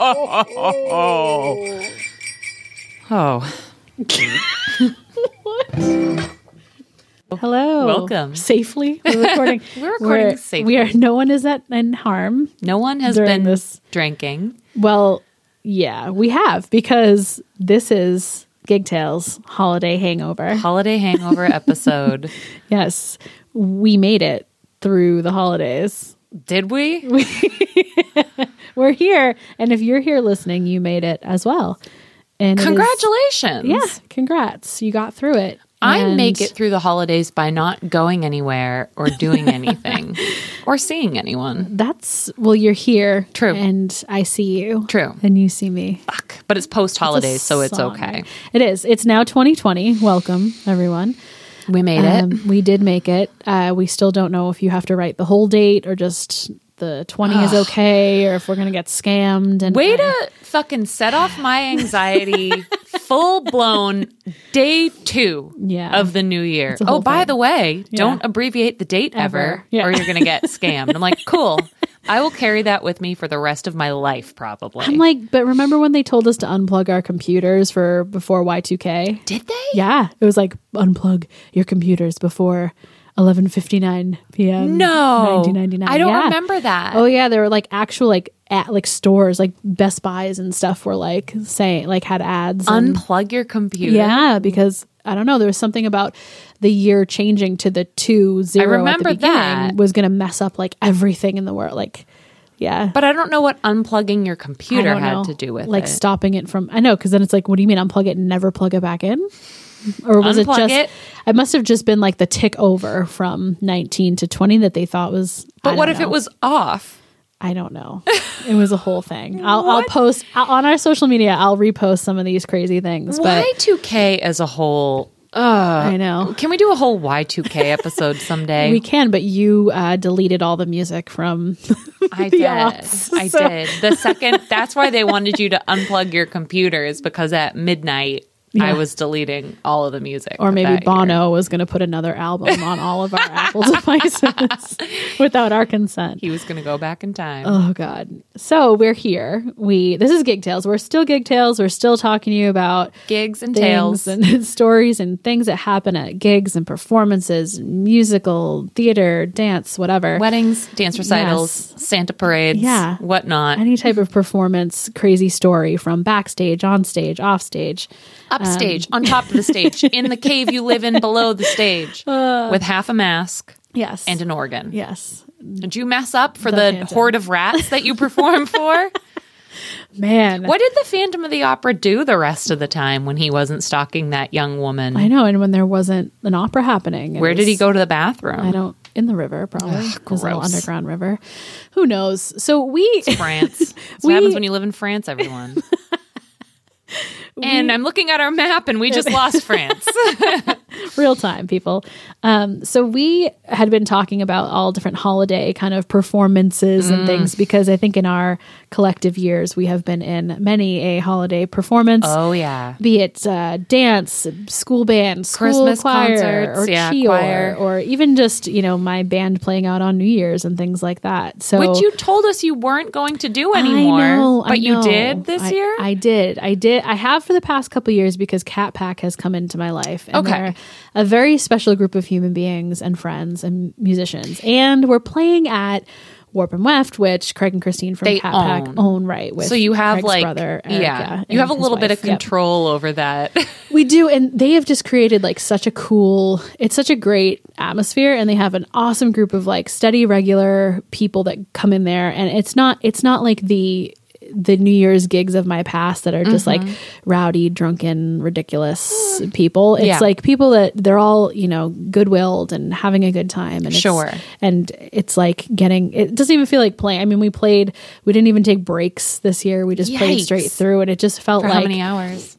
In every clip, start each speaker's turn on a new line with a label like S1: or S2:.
S1: oh.
S2: Oh.
S3: Hello.
S2: Welcome.
S3: Safely. We're recording.
S2: We're recording
S3: We're-
S2: safely.
S3: We are no one is at in harm.
S2: No one has
S3: During
S2: been
S3: this-
S2: drinking.
S3: Well, yeah, we have because this is Gig Tales Holiday Hangover.
S2: Holiday hangover episode.
S3: Yes. We made it through the holidays.
S2: Did we?
S3: We're here, and if you're here listening, you made it as well. And it is-
S2: Congratulations.
S3: yeah, congrats. You got through it.
S2: I
S3: And-
S2: make it through the holidays by not going anywhere or doing anything or seeing anyone.
S3: That's well, you're here.
S2: True.
S3: And I see you.
S2: True.
S3: And you see me.
S2: Fuck. But it's post holidays, so it's
S3: song.
S2: okay.
S3: It is. It's now 2020. Welcome, everyone.
S2: We made it.
S3: Um, we did make it. Uh, we still don't know if you have to write the whole date or just the 20 is okay or if we're going to get scammed. And
S2: Way to fucking set off my anxiety full blown day two
S3: Yeah.
S2: of the new year.
S3: a
S2: Oh,
S3: whole
S2: by
S3: thing.
S2: the way, don't abbreviate the date ever,
S3: Ever. Yeah.
S2: or you're going to get scammed. I'm like, cool. I will carry that with me for the rest of my life, probably.
S3: I'm like, but remember when they told us to unplug our computers for before Y2K?
S2: did they?
S3: Yeah. It was like, unplug your computers before 11.59 p.m.
S2: No.
S3: 1999.
S2: I don't
S3: Yeah.
S2: remember that.
S3: Oh yeah, there were like actual like at like stores like Best Buys and stuff were like saying like had ads. and-
S2: Unplug your computer.
S3: yeah, because I don't know, there was something about the year changing to the two zero.
S2: remember
S3: at the beginning
S2: that.
S3: was going to mess up like everything in the world. Like, yeah.
S2: But I don't know what unplugging your
S3: I
S2: computer
S3: don't
S2: had
S3: know.
S2: to do with
S3: like
S2: it.
S3: stopping it from. I know because then it's like, what do you mean unplug it and never plug it back in? Or was
S2: Unplug
S3: it just?
S2: it.
S3: It must have just been like the tick over from nineteen to twenty that they thought was. I
S2: But
S3: don't
S2: what if
S3: know.
S2: it was off?
S3: I don't know. It was a whole thing. I'll, I'll post i on our social media. I'll repost some of these crazy things.
S2: Why 2K as a whole?
S3: But I know
S2: Can we do a whole Y2K episode someday?
S3: we can. But you uh, deleted all the music from.
S2: I did.
S3: aughts,
S2: I
S3: so-
S2: did. The second, that's why they wanted you to unplug your computers because at midnight I
S3: Yeah.
S2: was deleting all of the music.
S3: Or
S2: of that
S3: maybe
S2: year.
S3: Bono was going to put another album on all of our Apple devices without our consent.
S2: He was going to go back in time.
S3: Oh God! So we're here. We this is Gig Tales. We're still Gig Tales. We're still talking to you about
S2: Gigs and
S3: things
S2: tales.
S3: and stories and things that happen at gigs and performances, musical, theater, dance, whatever.
S2: Weddings, dance recitals, Santa parades,
S3: Yeah.
S2: whatnot.
S3: any type of performance crazy story from backstage on stage off stage
S2: Upstage,
S3: um,
S2: on top of the stage, in the cave you live in, below the stage,
S3: Uh,
S2: with half a mask
S3: Um, yes
S2: and an organ.
S3: yes
S2: Did you mess up for
S3: The
S2: the,
S3: Phantom.
S2: horde of rats that you perform for?
S3: man
S2: what did the Phantom of the Opera do the rest of the time when he wasn't stalking that young woman?
S3: i know and when there wasn't an opera happening it
S2: Where did he
S3: was-
S2: go to the bathroom?
S3: i don't in the river probably This little
S2: gross.
S3: underground river who knows so we
S2: France. That's what
S3: We-
S2: happens when you live in France, everyone. and I'm looking at our map and we just lost France.
S3: real time people um, so we had been talking about all different holiday kind of performances
S2: Mm.
S3: and things because i think in our collective years we have been in many a holiday performance
S2: oh, yeah.
S3: be it uh, dance, school band, school
S2: Christmas
S3: choir,
S2: concerts,
S3: or
S2: yeah,
S3: Chi
S2: choir.
S3: or even just you know my band playing out on New Year's and things like that. So
S2: Which you told us you weren't going to do
S3: I
S2: anymore.
S3: know, I
S2: but you
S3: know.
S2: did this
S3: I-
S2: year?
S3: I did, I did, I have for the past couple years because Cat Pack has come into my life. And
S2: Okay.
S3: they're a very special group of human beings and friends and musicians, and we're playing at. Warp and Weft, which Craig and Christine from
S2: They
S3: Cat Pack
S2: own.
S3: own right with.
S2: so you have
S3: Craig's
S2: like
S3: brother,
S2: yeah
S3: Erica,
S2: you have
S3: and
S2: a
S3: his
S2: little bit of
S3: wife. Yep.
S2: control over that
S3: We do, and they have just created like such a cool. It's such a great atmosphere, and they have an awesome group of like steady, regular people that come in there, and it's not it's not like the the New Year's gigs of my past that are just like rowdy, drunken, ridiculous people. It's
S2: Mm-hmm. Mm. Yeah.
S3: like people that they're all you know good willed and having a good time, and it's-
S2: Sure.
S3: and it's like getting. It doesn't even feel like playing. I mean, we played. We didn't even take breaks this year. We just played
S2: Yikes.
S3: straight through, and it just felt
S2: for
S3: like
S2: how many hours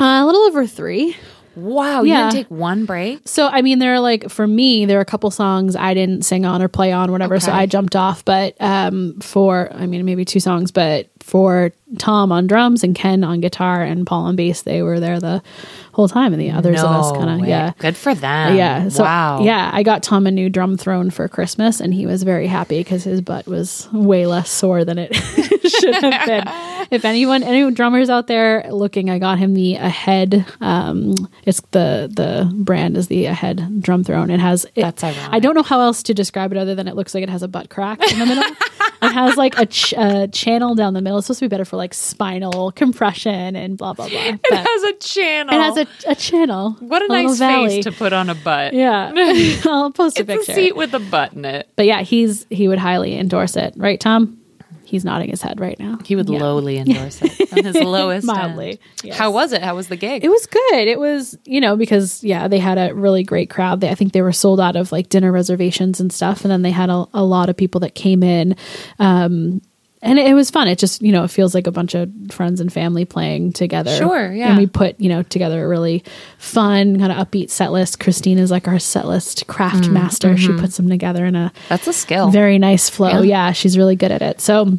S3: Uh, a little over three.
S2: wow
S3: Yeah.
S2: you didn't take one break
S3: So I mean, there are like for me, there are a couple songs I didn't sing on or play on, whatever. So
S2: Okay.
S3: I jumped off. But um, for I mean, maybe two songs, but for Tom on drums and Ken on guitar and Paul on bass, they were there the whole time, and the others of us
S2: No
S3: kind of
S2: way.
S3: yeah.
S2: good for them
S3: Yeah. So,
S2: wow
S3: Yeah, I got Tom a new drum throne for Christmas, and he was very happy because his butt was way less sore than it should have been. if anyone any drummers out there looking, I got him the Ahead. Um, it's the the brand is the Ahead drum throne. It has it,
S2: That's ironic.
S3: I don't know how else to describe it other than it looks like it has a butt crack in the middle. it has like a ch- uh, channel down the middle. It's supposed to be better for like spinal compression and blah blah blah. But
S2: It has a channel.
S3: it has a, a channel.
S2: what a
S3: little
S2: nice
S3: valley.
S2: face to put on a butt.
S3: Yeah, I'll post a
S2: It's
S3: picture.
S2: a seat with a butt in it.
S3: But yeah, he's he would highly endorse it, right, Tom? He's nodding his head right now.
S2: He would
S3: Yeah.
S2: lowly endorse it on his lowest
S3: Mildly,
S2: end.
S3: yes.
S2: How was it? How was the gig?
S3: It was good. It was you know because yeah, they had a really great crowd. They, I think they were sold out of like dinner reservations and stuff, and then they had a, a lot of people that came in. Um, and it, it was fun. It just you know it feels like a bunch of friends and family playing together.
S2: Sure, yeah.
S3: And we put you know together a really fun kind of upbeat set list. Christine is like our set list craft master. She puts them together in a
S2: That's a skill.
S3: very nice flow.
S2: Yeah.
S3: Yeah. she's really good at it. So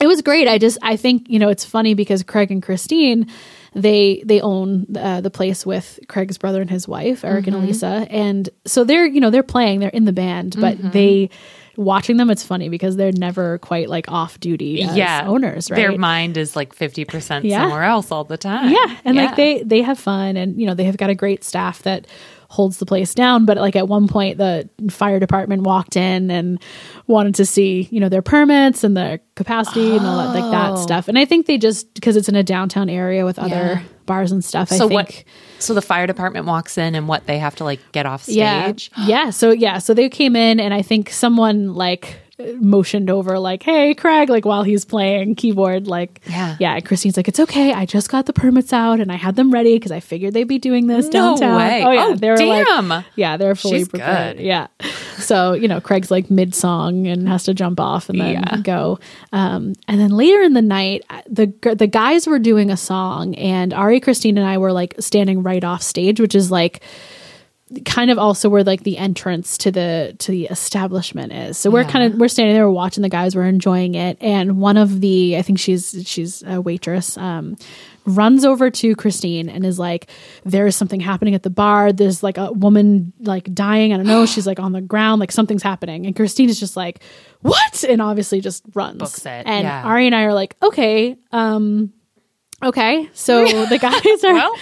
S3: it was great. I just I think you know it's funny because Craig and Christine they they own uh, the place with Craig's brother and his wife Eric
S2: Mm-hmm.
S3: and Elisa, and so they're you know they're playing they're in the band, but
S2: Mm-hmm.
S3: they watching them it's funny because they're never quite like off duty as
S2: yeah.
S3: owners right
S2: Their mind is like 50%
S3: Yeah.
S2: somewhere else all the time.
S3: yeah, and like they they have fun, and you know they have got a great staff that holds the place down. But like at one point, the fire department walked in and wanted to see you know their permits and their capacity and all that like
S2: Oh.
S3: that stuff. And I think they just because it's in a downtown area with other
S2: Yeah.
S3: bars and stuff. I
S2: So
S3: think,
S2: what? So the fire department walks in and what they have to like get off
S3: yeah,
S2: stage.
S3: yeah. So yeah, so they came in, and I think someone like motioned over like hey craig like while he's playing keyboard like
S2: Yeah.
S3: yeah and christine's like it's okay i just got the permits out and i had them ready because i figured they'd be doing this
S2: No
S3: downtown
S2: way.
S3: oh yeah
S2: Oh,
S3: they're
S2: damn.
S3: like yeah they're fully
S2: She's
S3: prepared
S2: good.
S3: yeah so you know craig's like mid-song and has to jump off and then
S2: Yeah.
S3: go um and then later in the night uh, the g- the guys were doing a song and ari christine and i were like standing right off stage which is like kind of also where like the entrance to the to the establishment is. So we're
S2: Yeah.
S3: kind of we're standing there, we're watching the guys, we're enjoying it, and one of the I think she's she's a waitress. Um, runs over to Christine and is like there is something happening at the bar there's like a woman like dying I don't know she's like on the ground like something's happening and Christine is just like what and obviously just runs
S2: Books it,
S3: and
S2: yeah.
S3: Ari and I are like okay um okay so the guys are
S2: Well.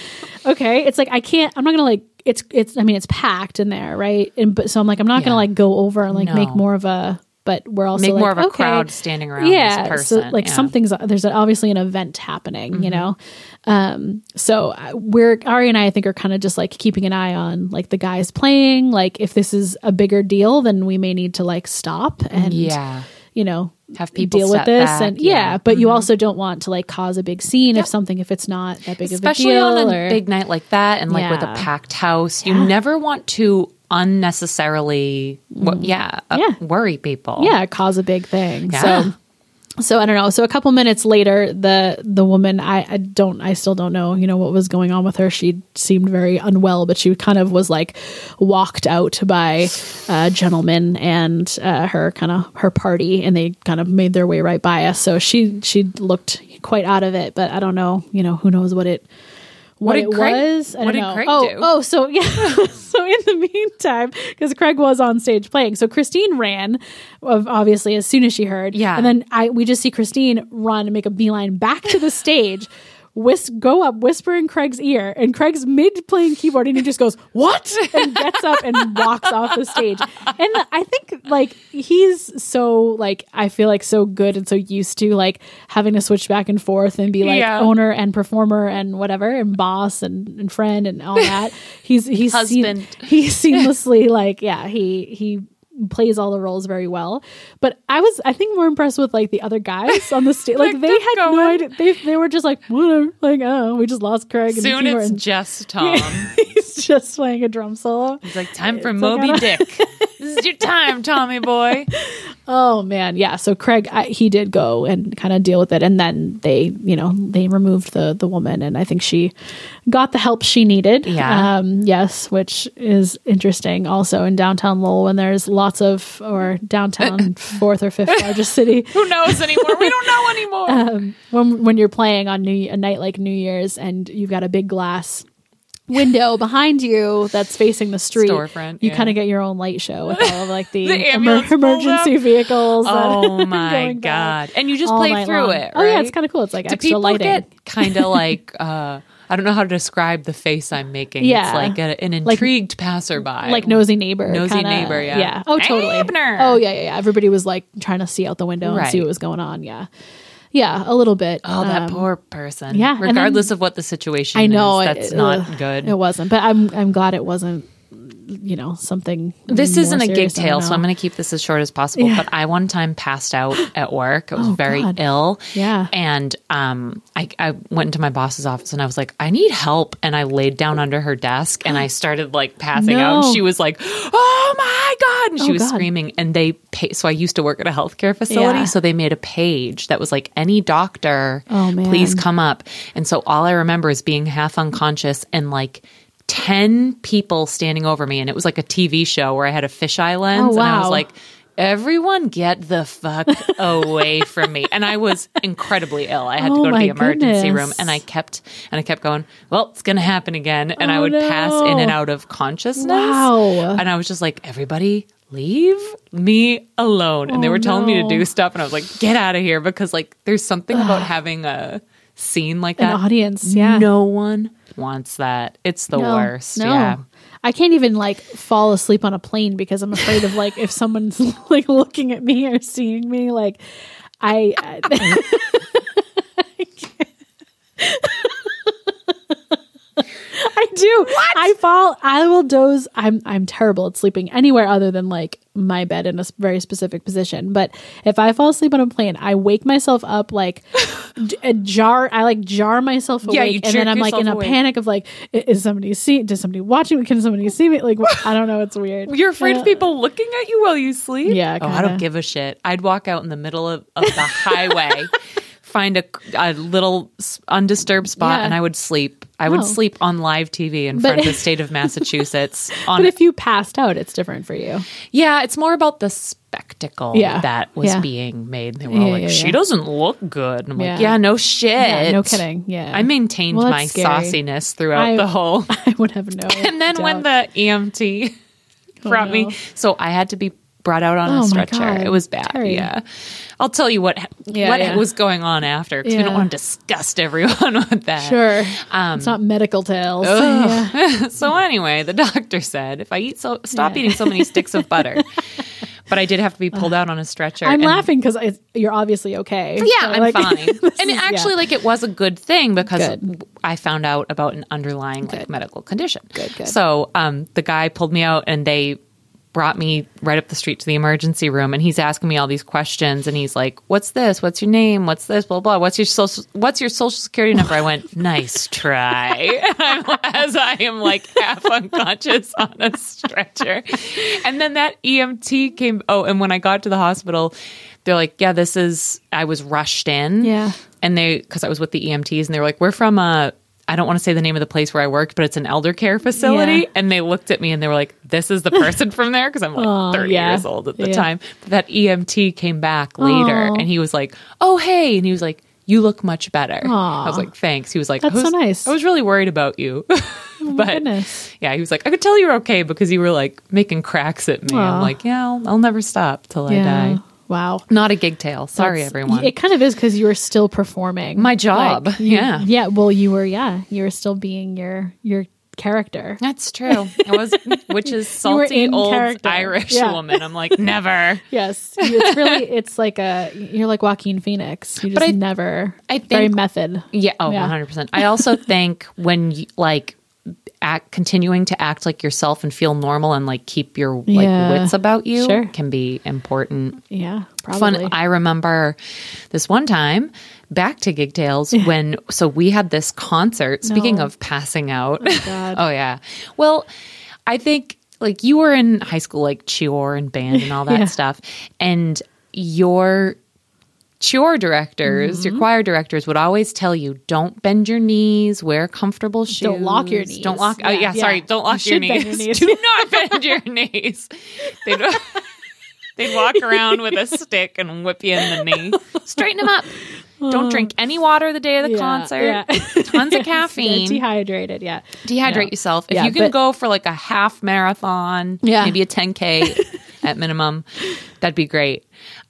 S3: okay it's like i can't i'm not gonna like it's it's i mean it's packed in there right and but so i'm like i'm not
S2: Yeah.
S3: gonna like go over and like
S2: No.
S3: make more of a but we're also
S2: Make
S3: like,
S2: more of a
S3: okay,
S2: crowd standing around
S3: yeah
S2: this
S3: so
S2: person.
S3: like
S2: yeah. Mm-hmm.
S3: something's there's obviously an event happening you know um so uh, we're ari and i i think are kind of just like keeping an eye on like the guys playing like if this is a bigger deal then we may need to like stop and
S2: Yeah.
S3: you know
S2: Have people
S3: deal with
S2: set
S3: this
S2: back,
S3: and
S2: yeah. Mm-hmm.
S3: yeah, but you also don't want to like cause a big scene if something if it's not that big
S2: Especially
S3: of a deal
S2: on a
S3: or-
S2: big night like that and like with a
S3: Yeah.
S2: packed house. You never want to unnecessarily wo- yeah, uh,
S3: Mm. Yeah.
S2: worry people.
S3: yeah cause a big thing
S2: Yeah.
S3: so so i don't know so a couple minutes later the the woman I, I don't i still don't know you know what was going on with her she seemed very unwell but she kind of was like walked out by a gentleman and uh, her kind of her party and they kind of made their way right by us so she she looked quite out of it but i don't know you know who knows what it what,
S2: did
S3: it
S2: Craig-
S3: was. I
S2: what
S3: don't
S2: did
S3: know.
S2: Craig
S3: oh,
S2: do?
S3: oh, so yeah. so in the meantime, because Craig was on stage playing, so Christine ran, of- obviously as soon as she heard.
S2: Yeah.
S3: and then I we just see Christine run and make a beeline back to the stage. Whisk, go up, whisper in Craig's ear, and Craig's mid playing keyboard, and he just goes, What? and gets up and walks off the stage. And I think, like, he's so, like, I feel like so good and so used to, like, having to switch back and forth and be like,
S2: Yeah.
S3: owner owner and performer and whatever and boss and, and friend and all that. He's he's
S2: Husband.
S3: Seen, he seamlessly like yeah he he plays all the roles very well. But I was I think more impressed with like the other guys on the stage. like they
S2: kept
S3: had no
S2: going.
S3: idea. They they were just like whatever. Like oh we just lost Craig and
S2: Soon
S3: Keeler,"
S2: it's
S3: and
S2: just Tom.
S3: he's just playing a drum solo.
S2: It's like time for
S3: It's like,
S2: Moby
S3: I don't-
S2: Dick. this is your time, Tommy boy.
S3: Oh man, yeah. So Craig, I, he did go and kind of deal with it, and then they, you know, they removed the the woman, and I think she got the help she needed.
S2: Yeah.
S3: Um, yes, which is interesting. Also in downtown Lowell, when there's lots of or downtown fourth or fifth largest city,
S2: Who knows anymore? We don't know anymore.
S3: Uh, um, when when you're playing on new, a night like New Year's, and you've got a big glass window behind you that's facing the street,
S2: Storefront,
S3: you
S2: yeah.
S3: kind of get your own light show with all of like the,
S2: The
S3: emer-
S2: ambulance pulls
S3: emergency vehicles. that are
S2: Oh
S3: going
S2: my
S3: by
S2: god! And you just
S3: all
S2: play
S3: night
S2: through
S3: long.
S2: it.
S3: Oh yeah, it's
S2: right?
S3: kind of cool. It's like
S2: Do
S3: extra
S2: people
S3: lighting.
S2: get kind of like uh, I don't know how to describe the face I'm making.
S3: Yeah.
S2: it's like a, an
S3: Like-
S2: intrigued passerby,
S3: like nosy neighbor,
S2: Nosy
S3: kinda-
S2: neighbor, yeah.
S3: yeah. Oh, totally.
S2: Neighbor.
S3: Oh yeah, yeah, yeah. Everybody was like trying to see out the window and see
S2: Right.
S3: what was going on. Yeah, yeah, a little bit.
S2: Oh, that
S3: Um,
S2: poor person.
S3: yeah, and then-
S2: regardless of what the situation.
S3: I know
S2: is,
S3: it-
S2: that's
S3: it-
S2: not
S3: ugh,
S2: good.
S3: It wasn't, but I'm I'm glad it wasn't. You know something.
S2: This
S3: more
S2: isn't a gig
S3: serious, I don't
S2: tale, so
S3: know.
S2: I'm going to keep this as short as possible.
S3: Yeah.
S2: But I one time passed out at work. I was
S3: Oh,
S2: very
S3: God.
S2: ill.
S3: Yeah.
S2: And um, I, I went into my boss's office and I was like, I need help. And I laid down under her desk and I started like passing out.
S3: No.
S2: And she was like, Oh my God. And she
S3: Oh,
S2: was
S3: God.
S2: screaming. And they pay. So I used to work at a healthcare facility.
S3: Yeah.
S2: So they made a page that was like, Any doctor,
S3: Oh, man.
S2: please come up. And so all I remember is being half unconscious and like 10 people standing over me. And it was like a TV show where I had a fisheye lens.
S3: Oh,
S2: And I was
S3: wow.
S2: like, everyone get the fuck away from me. And I was incredibly ill. I had
S3: Oh,
S2: to go to
S3: my
S2: the emergency
S3: goodness.
S2: room and I kept, and I kept going, well, it's going to happen again. And I
S3: Oh,
S2: would pass in and
S3: no.
S2: out of consciousness.
S3: Wow.
S2: And I was just like, everybody leave me alone. And they
S3: Oh,
S2: were telling me to
S3: no.
S2: do stuff. And I was like, get out of here because like there's something about having a scene like that.
S3: An
S2: Mm,
S3: audience, yeah.
S2: No one wants that. It's the
S3: No,
S2: worst. Yeah.
S3: I can't even like fall asleep on a plane because I'm afraid of like if someone's like looking at me or seeing me like I, I I can't. I do. I fall. I will doze. I'm. I'm terrible at sleeping anywhere other than like my bed in a s- very specific position. But if I fall asleep on a plane, I wake myself up like j- a jar. I like jar myself awake,
S2: Yeah, you
S3: and then
S2: jerk
S3: I'm like in
S2: yourself
S3: a
S2: awake.
S3: panic of like, i- is somebody see? Does somebody watching me? Can somebody see me? Like, wh- I don't know. It's weird.
S2: You're afraid
S3: Uh,
S2: of people looking at you while you sleep?
S3: Yeah,
S2: Oh, I don't
S3: kinda.
S2: give a shit. I'd walk out in the middle of, of the highway, find a, a little s- undisturbed spot,
S3: Yeah.
S2: and I would sleep. I would
S3: Oh.
S2: sleep on live TV in
S3: But-
S2: front of the state of Massachusetts.
S3: But
S2: On
S3: if you passed out, it's different for you.
S2: yeah, it's more about the spectacle
S3: Yeah.
S2: that was
S3: Yeah.
S2: being made. They were all
S3: Yeah,
S2: like,
S3: yeah,
S2: "She
S3: yeah.
S2: doesn't look good." And I'm like,
S3: Yeah.
S2: "Yeah, no shit.
S3: Yeah, no kidding. Yeah,
S2: I maintained
S3: Well, that's
S2: my
S3: scary.
S2: sauciness throughout
S3: I-
S2: the whole.
S3: I would have no.
S2: And then when
S3: doubt. Oh,
S2: the EMT brought
S3: no.
S2: me, so I had to be brought out on
S3: Oh
S2: a
S3: my
S2: stretcher.
S3: God,
S2: It was bad.
S3: Terry.
S2: Yeah, I'll tell you what
S3: Yeah,
S2: what
S3: yeah.
S2: was going on after because we don't
S3: Yeah.
S2: want to disgust everyone with that.
S3: Sure.
S2: Um,
S3: it's not medical tales. Yeah.
S2: so anyway, the doctor said if I eat so, stop
S3: Yeah.
S2: eating so many sticks of butter. But I did have to be pulled out on a stretcher.
S3: I'm
S2: and-
S3: laughing because you're obviously okay.
S2: Yeah,
S3: So,
S2: I'm
S3: like,
S2: fine.
S3: this
S2: And
S3: is- yeah.
S2: actually, like, it was a good thing because
S3: Good.
S2: I found out about an underlying like medical condition.
S3: Good, good.
S2: So, um, the guy pulled me out and they brought me right up the street to the emergency room, and he's asking me all these questions, and he's like, "What's this? What's your name? What's this? Blah blah. What's your social? What's your social security number?" I went, "Nice try." I'm, as I am like half unconscious on a stretcher, and then that EMT came. Oh, and when I got to the hospital. They're like, yeah, this is. I was rushed in,
S3: Yeah.
S2: and they because I was with the EMTs and they were like, "We're from a I don't want to say the name of the place where I worked, but it's an elder care facility."
S3: Yeah.
S2: And they looked at me and they were like, "This is the person from there," because I'm like
S3: Aw,
S2: 30
S3: yeah.
S2: years old at the
S3: Yeah.
S2: time. But that EMT came back later
S3: Aw.
S2: and he was like, "Oh hey," and he was like. You look much better.
S3: Aw.
S2: I was like, thanks. He was like,
S3: That's
S2: I
S3: so
S2: was,
S3: nice.
S2: I was really worried about you, but
S3: goodness.
S2: yeah, he was like, I could tell you were okay because you were like making cracks at me.
S3: Aw.
S2: I'm like, yeah, I'll, I'll never stop till I
S3: yeah.
S2: die.
S3: Wow.
S2: Not a gig tale. Sorry,
S3: That's-
S2: everyone.
S3: It kind of is because you were still performing
S2: My job.
S3: you-
S2: Yeah.
S3: yeah. Well, you were. Yeah, you were still being your your character.
S2: That's true. It was, which is
S3: You were
S2: salty
S3: in
S2: old
S3: character.
S2: Irish
S3: Yeah.
S2: woman. I'm like, never.
S3: Yes, it's really it's like a you're like Joaquin Phoenix. You just
S2: I-
S3: never.
S2: I
S3: very
S2: think-
S3: method.
S2: Yeah. Oh,
S3: Yeah.
S2: 100%. I also think when you, like, act, continuing to act like yourself and feel normal and like keep your like
S3: Yeah.
S2: wits about you
S3: Sure.
S2: can be important.
S3: Yeah, probably.
S2: Fun. I remember this one time back to Gig Tales when so we had this concert. Speaking
S3: No.
S2: of passing out, oh,
S3: God.
S2: yeah. Well, I think like you were in high school, like cheer and band and all that
S3: Yeah.
S2: stuff, and your cheer directors,
S3: Mm-hmm.
S2: your choir directors would always tell you, don't bend your knees, wear comfortable shoes.
S3: lock your knees.
S2: Don't lock, oh, yeah,
S3: Yeah,
S2: sorry,
S3: yeah.
S2: don't lock
S3: You
S2: your
S3: should bend
S2: knees.
S3: your
S2: Do
S3: knees.
S2: not bend your knees. They'd, they'd walk around with a stick and whip you in the knee. Straighten them up. Don't drink any water the day of the
S3: Yeah,
S2: concert.
S3: yeah.
S2: Tons of caffeine.
S3: Yeah, dehydrated. Yeah.
S2: Dehydrate
S3: Yeah.
S2: yourself. If
S3: Yeah,
S2: you can
S3: but-
S2: go for like a half marathon,
S3: Yeah.
S2: maybe a 10K at minimum, that'd be great.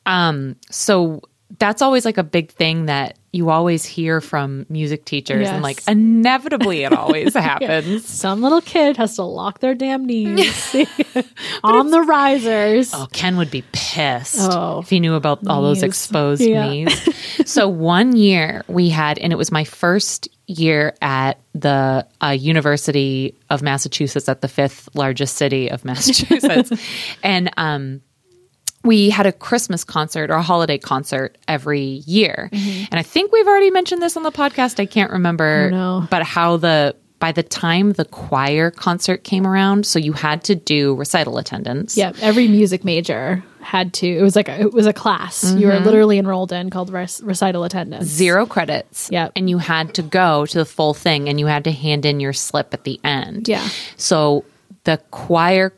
S2: Um, so that's always like a big thing that you always hear from music teachers, and
S3: Yes.
S2: like inevitably it always happens.
S3: Some little kid has to lock their damn knees on the risers.
S2: Oh, Ken would be pissed
S3: Oh.
S2: if he knew about all those
S3: Knees.
S2: exposed
S3: Yeah.
S2: knees. so one year we had, and it was my first year at the uh, University of Massachusetts, at the fifth largest city of Massachusetts, and um, we had a Christmas concert or a holiday concert every year. And I think we've already mentioned this on the podcast. I can't remember.
S3: no.
S2: But how the by the time the choir concert came around, so you had to do recital attendance.
S3: Yeah, every music major had to. It was like a, it was a class you were literally enrolled in called rec- recital attendance.
S2: Mm-hmm. Zero credits.
S3: Yep.
S2: And you had to go to the full thing and you had to hand in your slip at the end.
S3: Yeah.
S2: So the choir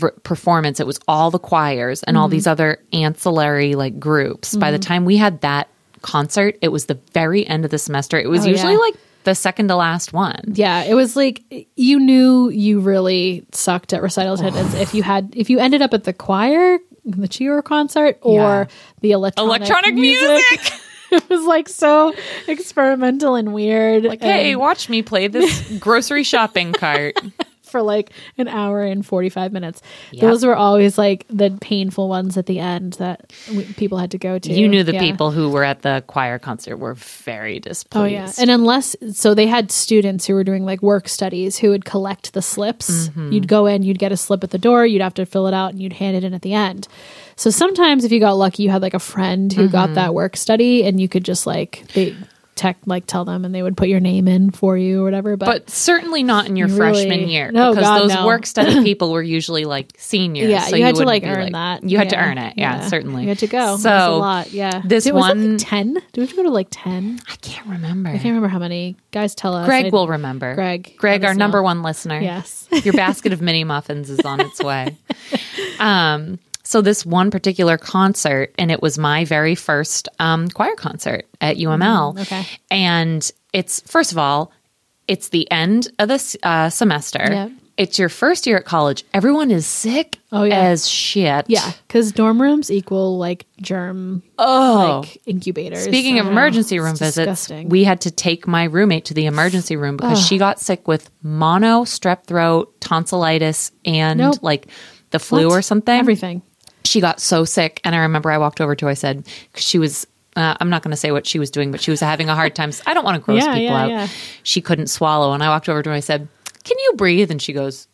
S2: r- performance, it was all the choirs and all
S3: Mm-hmm.
S2: these other ancillary like groups. By the time we had that concert, it was the very end of the semester. It was
S3: Oh,
S2: usually
S3: yeah.
S2: like the second to last one.
S3: Yeah, it was like you knew you really sucked at recital attendance if you had if you ended up at the choir, the cheer concert, or
S2: Yeah.
S3: the electronic
S2: Electronic music.
S3: it was like so experimental and weird.
S2: Like, hey,
S3: and
S2: watch me play this grocery shopping cart.
S3: for like an hour and forty five minutes.
S2: Yep.
S3: Those were always like the painful ones at the end that we, people had to go to.
S2: You knew the
S3: Yeah.
S2: people who were at the choir concert were very
S3: Oh
S2: displeased.
S3: yeah, and unless so, they had students who were doing like work studies who would collect the slips.
S2: Mm-hmm.
S3: You'd go in, you'd get a slip at the door, you'd have to fill it out, and you'd hand it in at the end. So sometimes, if you got lucky, you had like a friend who
S2: Mm-hmm.
S3: got that work study, and you could just like they tech like tell them, and they would put your name in for you or whatever. But,
S2: but certainly not in your
S3: You really-
S2: freshman year
S3: No,
S2: because
S3: God,
S2: those
S3: no.
S2: work study people were usually like seniors.
S3: Yeah, you had to,
S2: wouldn't
S3: like,
S2: be,
S3: earn that.
S2: You had to
S3: Yeah.
S2: earn it. Yeah,
S3: Yeah.
S2: certainly.
S3: you had to go.
S2: So
S3: So a lot, yeah.
S2: this
S3: Did- was that,
S2: one-
S3: like ten. Did we have to go to like ten?
S2: I can't remember.
S3: I can't remember how many. Guys, tell us.
S2: Greg
S3: I-
S2: will remember.
S3: Greg,
S2: Greg,
S3: let
S2: our
S3: us know.
S2: number one listener.
S3: Yes.
S2: Your basket of mini muffins is on its way. Um, so this one particular concert, and it was my very first um, choir concert at UML.
S3: Mm, okay.
S2: And it's first of all, it's the end of the uh, semester.
S3: Yep.
S2: It's your first year at college. Everyone is sick
S3: Oh, yeah.
S2: as shit.
S3: Yeah, because dorm rooms equal like germ
S2: Oh.
S3: like incubators.
S2: Speaking
S3: I
S2: of
S3: don't know.
S2: emergency room
S3: It's
S2: visits,
S3: disgusting.
S2: we had to take my roommate to the emergency room because she got sick with mono, strep throat, tonsillitis, and
S3: Nope.
S2: like the flu
S3: What?
S2: or something.
S3: Everything.
S2: She got so sick. And I remember I walked over to her, I said, 'cause she was. Uh, I'm not going to say what she was doing, but she was having a hard time. I don't want to gross
S3: Yeah,
S2: people
S3: yeah,
S2: out.
S3: yeah.
S2: She couldn't swallow, and I walked over to her. and I said, "Can you breathe?" And she goes,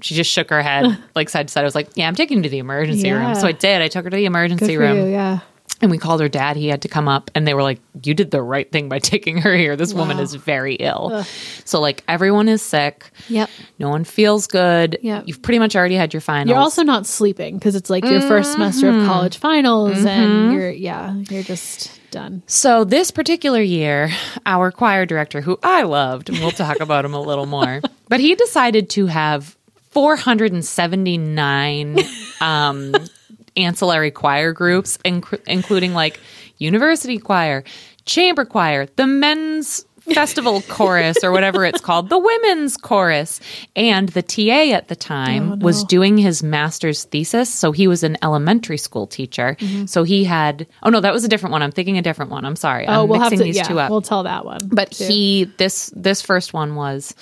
S2: she just shook her head like side to side. I was like, "Yeah, I'm taking you to the emergency room."
S3: Yeah.
S2: So I did. I took her to the
S3: Good
S2: emergency
S3: for
S2: room
S3: you, yeah.
S2: and we called her dad he had to come up and they were like you did the right thing by taking her here this woman
S3: Wow.
S2: is very ill so like everyone is sick
S3: Yep.
S2: no one feels good
S3: Yep.
S2: you've pretty much already had your finals
S3: You're also not sleeping because it's like your first
S2: Mm-hmm.
S3: semester of college finals, and you're yeah, you're just done.
S2: so this particular year our choir director who i loved and we'll talk about him a little more but he decided to have 479 um, ancillary choir groups inc- including like university choir chamber choir the men's festival chorus or whatever it's called, the women's chorus. And the TA at the time
S3: Oh,
S2: was
S3: no.
S2: doing his master's thesis. So he was an elementary school teacher.
S3: Mm-hmm.
S2: So he had, oh no, that was a different one. I'm thinking a different one. I'm sorry.
S3: Oh,
S2: I'm
S3: we'll have
S2: mixing
S3: to
S2: these
S3: yeah,
S2: two up.
S3: we'll tell that one.
S2: but
S3: too.
S2: he, this, this first one was,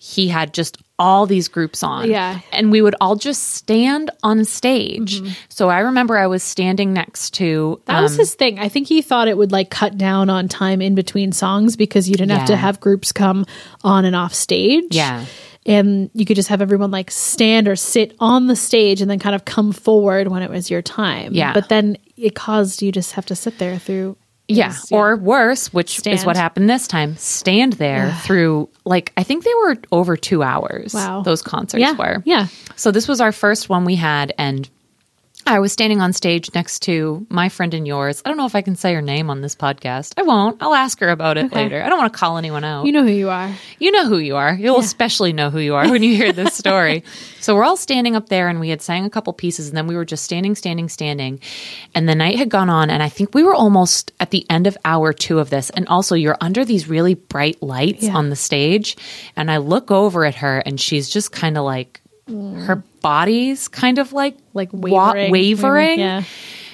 S2: he had just all these groups on.
S3: Yeah. Mm-hmm.
S2: And we would all just stand on stage. So I remember I was standing next to
S3: that was his thing. I think he thought it would like cut down on time in between songs because you didn't have to
S2: Yeah.
S3: have groups come on and off stage.
S2: Yeah.
S3: And you could just have everyone like stand or sit on the stage and then kind of come forward when it was your time.
S2: Yeah.
S3: But then it caused you just have to sit there through. it
S2: Yeah,
S3: was-
S2: or worse, which is
S3: Stand.
S2: what happened this time. Stand there through like I think they were over two hours.
S3: Wow.
S2: those concerts
S3: yeah,
S2: were.
S3: yeah.
S2: So this was our first one we had, and I was standing on stage next to my friend and yours. I don't know if I can say her name on this podcast. I won't. I'll ask her about it later. I don't want to call anyone out.
S3: You know who you are.
S2: You know who you are. You'll especially know who you are when you hear this story. so we're all standing up there and we had sang a couple pieces and then we were just standing, standing, standing. And the night had gone on and I think we were almost at the end of hour two of this. And also you're under these really bright lights
S3: Yeah.
S2: on the stage. And I look over at her and she's just kind of like, her body's kind of like
S3: Mm. Like
S2: wa-
S3: wavering.
S2: wavering.
S3: Yeah.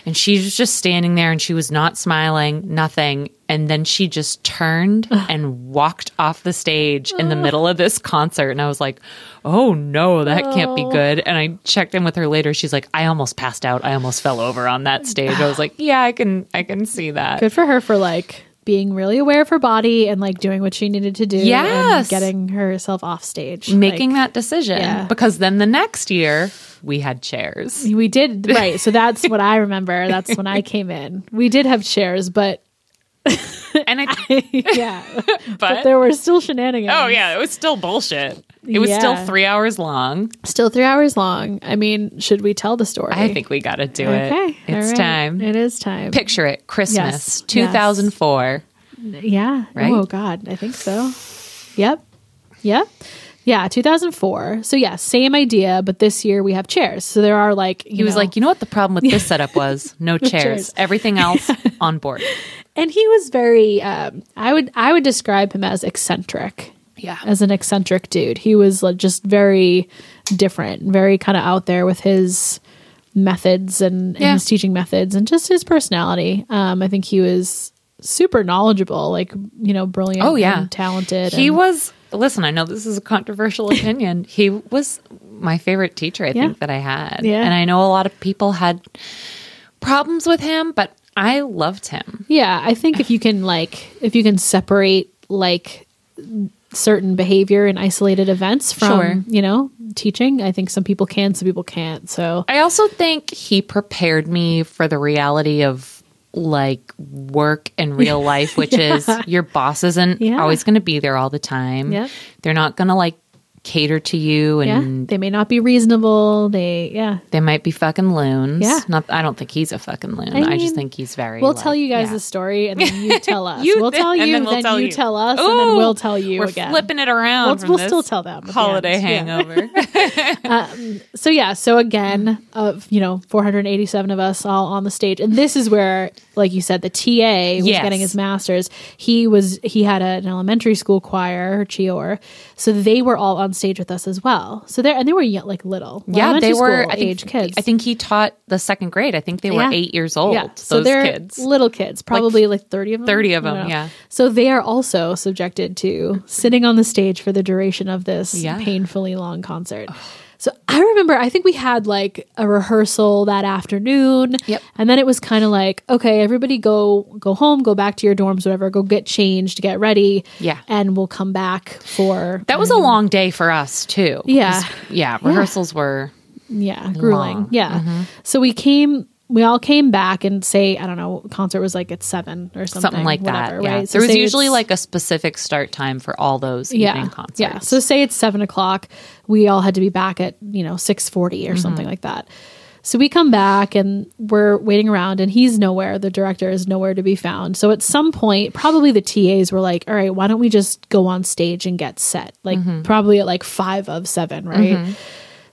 S2: And she was just standing there and she was not smiling, nothing. And then she just turned and walked off the stage in the middle of this concert. And I was like, oh no, that can't be good. And I checked in with her later. She's like, I almost passed out. I almost fell over on that stage. I was like, yeah, I can, I can see that.
S3: Good for her for like being really aware of her body and like doing what she needed to do
S2: Yes.
S3: and getting herself off stage.
S2: Making
S3: Like,
S2: that decision
S3: yeah.
S2: because then the next year we had chairs.
S3: we did right. So that's what I remember. That's when I came in. We did have chairs, but
S2: And I,
S3: yeah.
S2: but,
S3: there were still shenanigans.
S2: oh yeah, it was still bullshit. It was still
S3: Yeah.
S2: three hours long.
S3: Still three hours long. I mean, should we tell the story?
S2: I think we got to do it.
S3: Okay.
S2: It's
S3: all right.
S2: time.
S3: It is time.
S2: Picture it Christmas
S3: Yes.
S2: 2004.
S3: Yeah.
S2: Right?
S3: Oh God, I think so. Yep. Yep. Yeah, 2004. So yeah, same idea, but this year we have chairs. So there are like
S2: He was like, You know what the problem with this setup was? No chairs.
S3: chairs.
S2: Everything else on board.
S3: and he was very. Um, I would I would describe him as eccentric.
S2: Yeah.
S3: as an eccentric dude. He was like just very different, very kind of out there with his methods and, and
S2: Yeah.
S3: his teaching methods and just his personality. Um, I think he was super knowledgeable, like you know, brilliant.
S2: Oh, yeah.
S3: and talented.
S2: He
S3: and-
S2: was, listen, I know this is a controversial opinion. he was my favorite teacher, I think, that I had.
S3: Yeah.
S2: And I know a lot of people had problems with him, but I loved him.
S3: Yeah, I think if you can like if you can separate like certain behavior and isolated events from
S2: Sure.
S3: you know teaching, I think some people can, some people can't. So
S2: I also think he prepared me for the reality of like work and real life, which is your boss isn't
S3: Yeah.
S2: always going to be there all the time.
S3: Yep.
S2: They're not going to like cater to you
S3: yeah,
S2: and
S3: they may not be reasonable. They yeah,
S2: they might be fucking loons.
S3: Yeah.
S2: Not, I don't think he's a fucking loon. I,
S3: I
S2: just
S3: mean,
S2: think he's very.
S3: We'll
S2: like-
S3: tell you guys
S2: yeah.
S3: the story and then you tell us.
S2: You
S3: we'll
S2: then-
S3: tell
S2: and
S3: you,
S2: then
S3: then,
S2: we'll tell
S3: you
S2: you.
S3: tell us, and then
S2: Ooh,
S3: we'll tell you
S2: We're
S3: again.
S2: flipping it around.
S3: We'll-
S2: from
S3: we'll
S2: this
S3: still tell them at the
S2: Holiday
S3: end, yeah.
S2: hangover.
S3: So yeah, so again, of you know, 487 of us all on the stage, and this is where, like you said, the TA was
S2: Yes.
S3: getting his master's. He was he had a- an elementary school choir, Chior, so they were all on stage with us as well. So there and they were ye- like little,
S2: yeah, they
S3: elementary
S2: were
S3: school
S2: I think,
S3: age kids.
S2: I think he taught the second grade. I think they were
S3: Yeah.
S2: eight years old.
S3: Yeah.
S2: Those
S3: So they're
S2: kids.
S3: little kids, probably like, 30 of them.
S2: 30 of
S3: I
S2: them,
S3: don't know.
S2: yeah.
S3: So they are also subjected to sitting on the stage for the duration of this
S2: Yeah.
S3: painfully long concert. So I remember, I think we had like a rehearsal that afternoon,
S2: Yep.
S3: and then it was kind of like, okay, everybody go go home, go back to your dorms, whatever, go get changed, get ready,
S2: Yeah.
S3: and we'll come back for
S2: That was a long day for us too.
S3: Mm-hmm. Yeah.
S2: 'Cause, Yeah. Rehearsals were
S3: yeah grueling
S2: Long. Mm-hmm.
S3: yeah so we came we all came back and say i don't know concert was like at seven or something,
S2: something, like that.
S3: whatever,
S2: Yeah.
S3: right
S2: there was
S3: say
S2: usually
S3: it's-
S2: like a specific start time for all those evening concerts.
S3: yeah. So say it's seven o'clock, we all had to be back at you know six forty or
S2: Mm-hmm.
S3: something like that. So we come back and we're waiting around, and he's nowhere. The director is nowhere to be found. So at some point, probably the TAs were like, "All right, why don't we just go on stage and get set?" Like
S2: Mm-hmm.
S3: probably at like five of seven, right?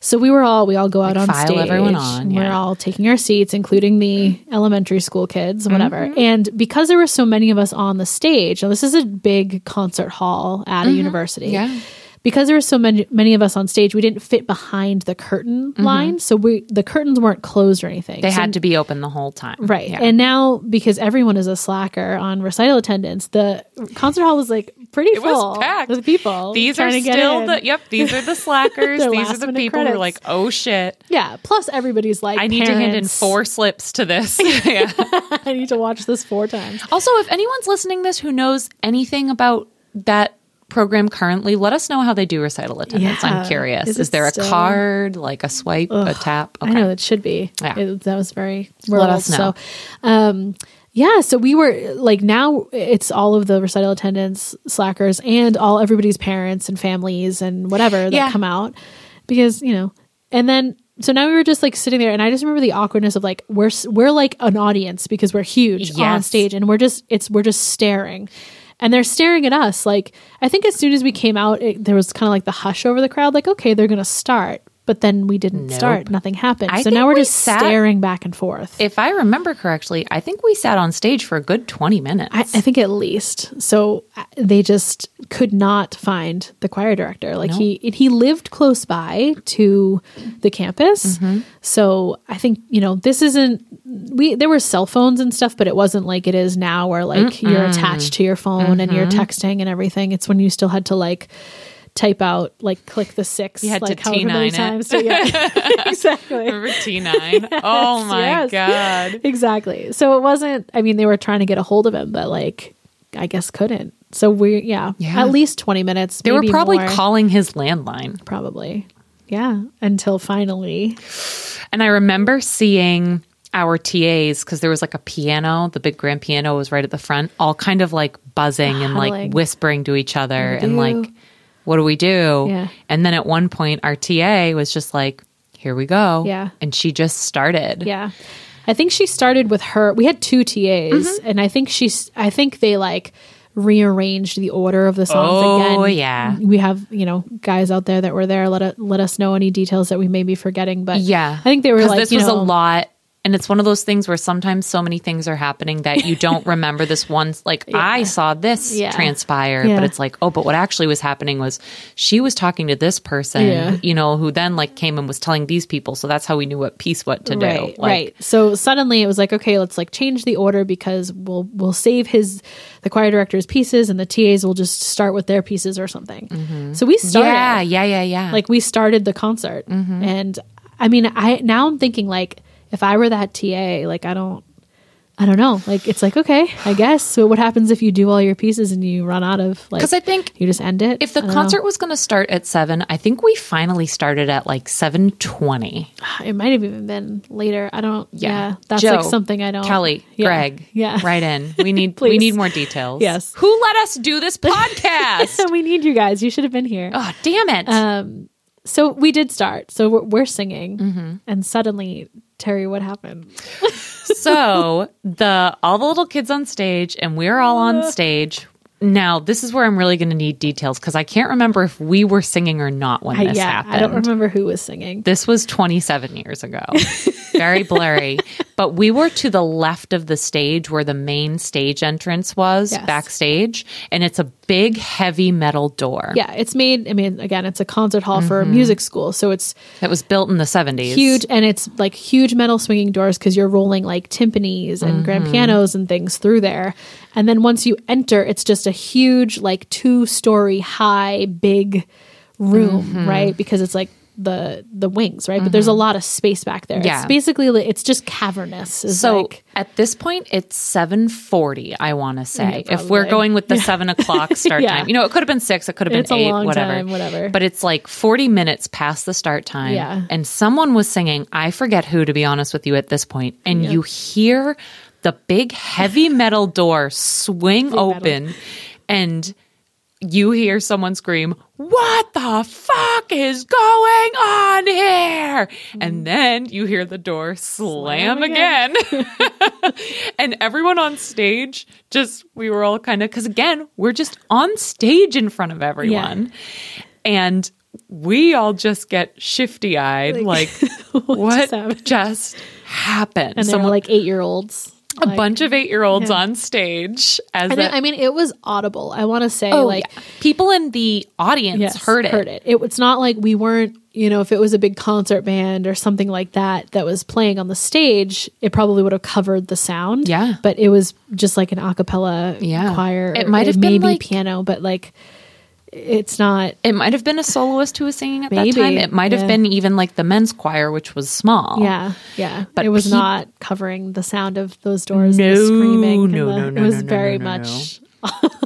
S3: So we were all we all go out on
S2: file
S3: stage.
S2: everyone on,
S3: We're
S2: yeah.
S3: all taking our seats, including the elementary school kids, and whatever.
S2: Mm-hmm.
S3: And because there were so many of us on the stage, now this is a big concert hall at a university.
S2: Mm-hmm. Yeah.
S3: Because there were so many many of us on stage, we didn't fit behind the curtain line, so we the curtains weren't closed or anything.
S2: Mm-hmm. they
S3: So
S2: had to be open the whole time.
S3: Right.
S2: Yeah.
S3: And now because everyone is a slacker on recital attendance, the concert hall was like pretty
S2: it
S3: full
S2: was packed
S3: with people.
S2: These are
S3: trying to get
S2: still
S3: in.
S2: the yep, these are the slackers.
S3: Their
S2: these are
S3: last
S2: the
S3: minute
S2: people who are
S3: credits.
S2: like, oh shit.
S3: yeah. Plus everybody's like
S2: I need to hand in
S3: "Parents,
S2: four slips to this. yeah.
S3: I need to watch this four times.
S2: Also, if anyone's listening this who knows anything about that program currently, let us know how they do recital attendance. I'm
S3: Yeah.
S2: curious. Is,
S3: Is it
S2: there a
S3: still-
S2: card, like a swipe, a tap?
S3: I know it should be.
S2: Yeah.
S3: It- that was very
S2: Let
S3: rural,
S2: us know.
S3: So, um, yeah, so we were like now it's all of the recital attendants, slackers, and all everybody's parents and families and whatever that
S2: Yeah.
S3: come out because you know, and then so now we were just like sitting there, and I just remember the awkwardness of like we're s- we're like an audience because we're huge on
S2: Yes.
S3: stage, and we're just it's we're just staring, and they're staring at us. Like I think as soon as we came out, it, there was kind of like the hush over the crowd. Like okay, they're gonna start, but then we didn't
S2: Nope.
S3: start. Nothing happened.
S2: I
S3: so now
S2: think
S3: we're
S2: we
S3: just
S2: sat-
S3: staring back and forth.
S2: If I remember correctly, I think we sat on stage for a good 20 minutes.
S3: I, I think at least. So uh, they just could not find the choir director. Like he and he lived close by to the campus.
S2: Mm-hmm.
S3: So I think, you know, this isn't we there were cell phones and stuff, but it wasn't like it is now where like you're attached to your phone and
S2: Mm-hmm.
S3: you're texting and everything. It's when you still had to like type out like click the six
S2: had to
S3: like however many
S2: T9 it.
S3: times to, yeah. exactly
S2: Remember T9? oh my
S3: yes.
S2: God.
S3: exactly. So it wasn't. I mean, they were trying to get a hold of him, but like, I guess couldn't. So we, yeah,
S2: Yeah.
S3: at least twenty minutes.
S2: They were
S3: maybe
S2: probably
S3: more.
S2: calling his landline.
S3: probably, yeah, until finally,
S2: And I remember seeing our TAs because there was like a piano, the big grand piano was right at the front, all kind of like buzzing and
S3: Huddling.
S2: like whispering to each other
S3: do
S2: and
S3: we do?
S2: like, what do we do?
S3: Yeah.
S2: And then at one point, our TA was just like, here we go.
S3: Yeah.
S2: And she just started.
S3: yeah. I think she started with her. We had two TAs,
S2: Mm-hmm.
S3: and I think she's. I think they like rearranged the order of the songs again.
S2: Oh, yeah.
S3: we have you know guys out there that were there. Let us let us know any details that we may be forgetting. But
S2: Yeah.
S3: I think they were
S2: 'Cause
S3: like
S2: this
S3: you
S2: was
S3: know,
S2: a lot. And it's one of those things where sometimes so many things are happening that you don't remember this one. Like, I saw this
S3: Yeah.
S2: transpire,
S3: Yeah.
S2: but it's like, oh, but what actually was happening was she was talking to this person,
S3: Yeah.
S2: you know, who then like came and was telling these people. So that's how we knew what piece what to do.
S3: Right,
S2: Like,
S3: right. So suddenly it was like, okay, let's like change the order because we'll we'll save his the choir director's pieces and the TAs will just start with their pieces or something. So we started
S2: Mm-hmm. Yeah, Mm-hmm. yeah, yeah, yeah.
S3: like we started the concert, and I mean, I now I'm thinking like if I were that TA, like I don't. I don't know. Like it's like okay, I guess. So what happens if you do all your pieces and you run out of like?
S2: 'Cause I think
S3: you just end it.
S2: if the
S3: I don't know.
S2: concert was going to start at seven, I think we finally started at like seven twenty.
S3: it might have even been later. I don't. Yeah, that's like
S2: Joe,
S3: something I don't.
S2: Kelly,
S3: Yeah.
S2: Greg,
S3: yeah,
S2: right in. We need
S3: Please.
S2: we need more details.
S3: Yes. Um,
S2: who let us do this podcast?
S3: we need you guys. You should have been here.
S2: oh, damn it!
S3: uh, So we did start. So we're, we're singing, and suddenly, Terry, what happened?
S2: so the all the little kids on stage, and we're all on
S3: Uh.
S2: stage. Now this is where I'm really going to need details because I can't remember if we were singing or not when
S3: I,
S2: this
S3: yeah,
S2: happened.
S3: I don't remember who was singing.
S2: This was 27 years ago. Very blurry. but we were to the left of the stage where the main stage entrance was
S3: Yes.
S2: backstage. And it's a big, heavy metal door
S3: Yeah, it's made. I mean, again, it's a concert hall for a music school, so it's
S2: that was built in the 70s.
S3: huge, and it's like huge metal swinging doors because you're rolling like timpanis and grand
S2: Mm-hmm.
S3: pianos and things through there. And then once you enter, it's just a huge, like two story high, big room,
S2: Mm-hmm.
S3: right? Because it's like the the wings, right? But there's a lot of space back there.
S2: Yeah.
S3: It's basically li- it's just cavernous. Is
S2: So
S3: like,
S2: at this point, it's seven forty. I want to say if we're
S3: Mm, probably.
S2: going with the seven o'clock start
S3: Yeah.
S2: time, you know, it could have been six, it could have been
S3: It's a
S2: eight,
S3: long
S2: whatever,
S3: time, whatever.
S2: But it's like forty minutes past the start time,
S3: Yeah.
S2: And someone was singing. I forget who, to be honest with you, at this point, and you hear the big heavy metal door swing open, and you hear someone scream, What the fuck is going on here? And then you hear the door slam,
S3: Mm-hmm. Slam again.
S2: again. and everyone on stage, just we were all kind of, because again, we're just on stage in front of everyone. And we all just get shifty eyed, like, what
S3: just happened?"
S2: just, happened?
S3: and they're
S2: Someone,
S3: like eight year olds.
S2: a bunch of eight year olds on stage as
S3: I, know,
S2: that-
S3: I mean, it was audible. I want to say like
S2: Oh, yeah. people in the audience
S3: yes,
S2: heard it.
S3: it. It's not like we weren't. You know, if it was a big concert band or something like that that was playing on the stage, it probably would have covered the sound.
S2: Yeah.
S3: but it was just like an a cappella
S2: Yeah.
S3: choir.
S2: It might have been,
S3: maybe
S2: like-
S3: piano, but like it's not.
S2: It might have been a soloist who was singing at
S3: Maybe,
S2: that time. It might
S3: yeah.
S2: have been even like the men's choir, which was small.
S3: Yeah, yeah.
S2: But
S3: it was
S2: peop-
S3: not covering the sound of those doors. and the
S2: No,
S3: screaming. and
S2: no,
S3: the-
S2: no, no,
S3: It was
S2: no, no,
S3: very
S2: no, no,
S3: much.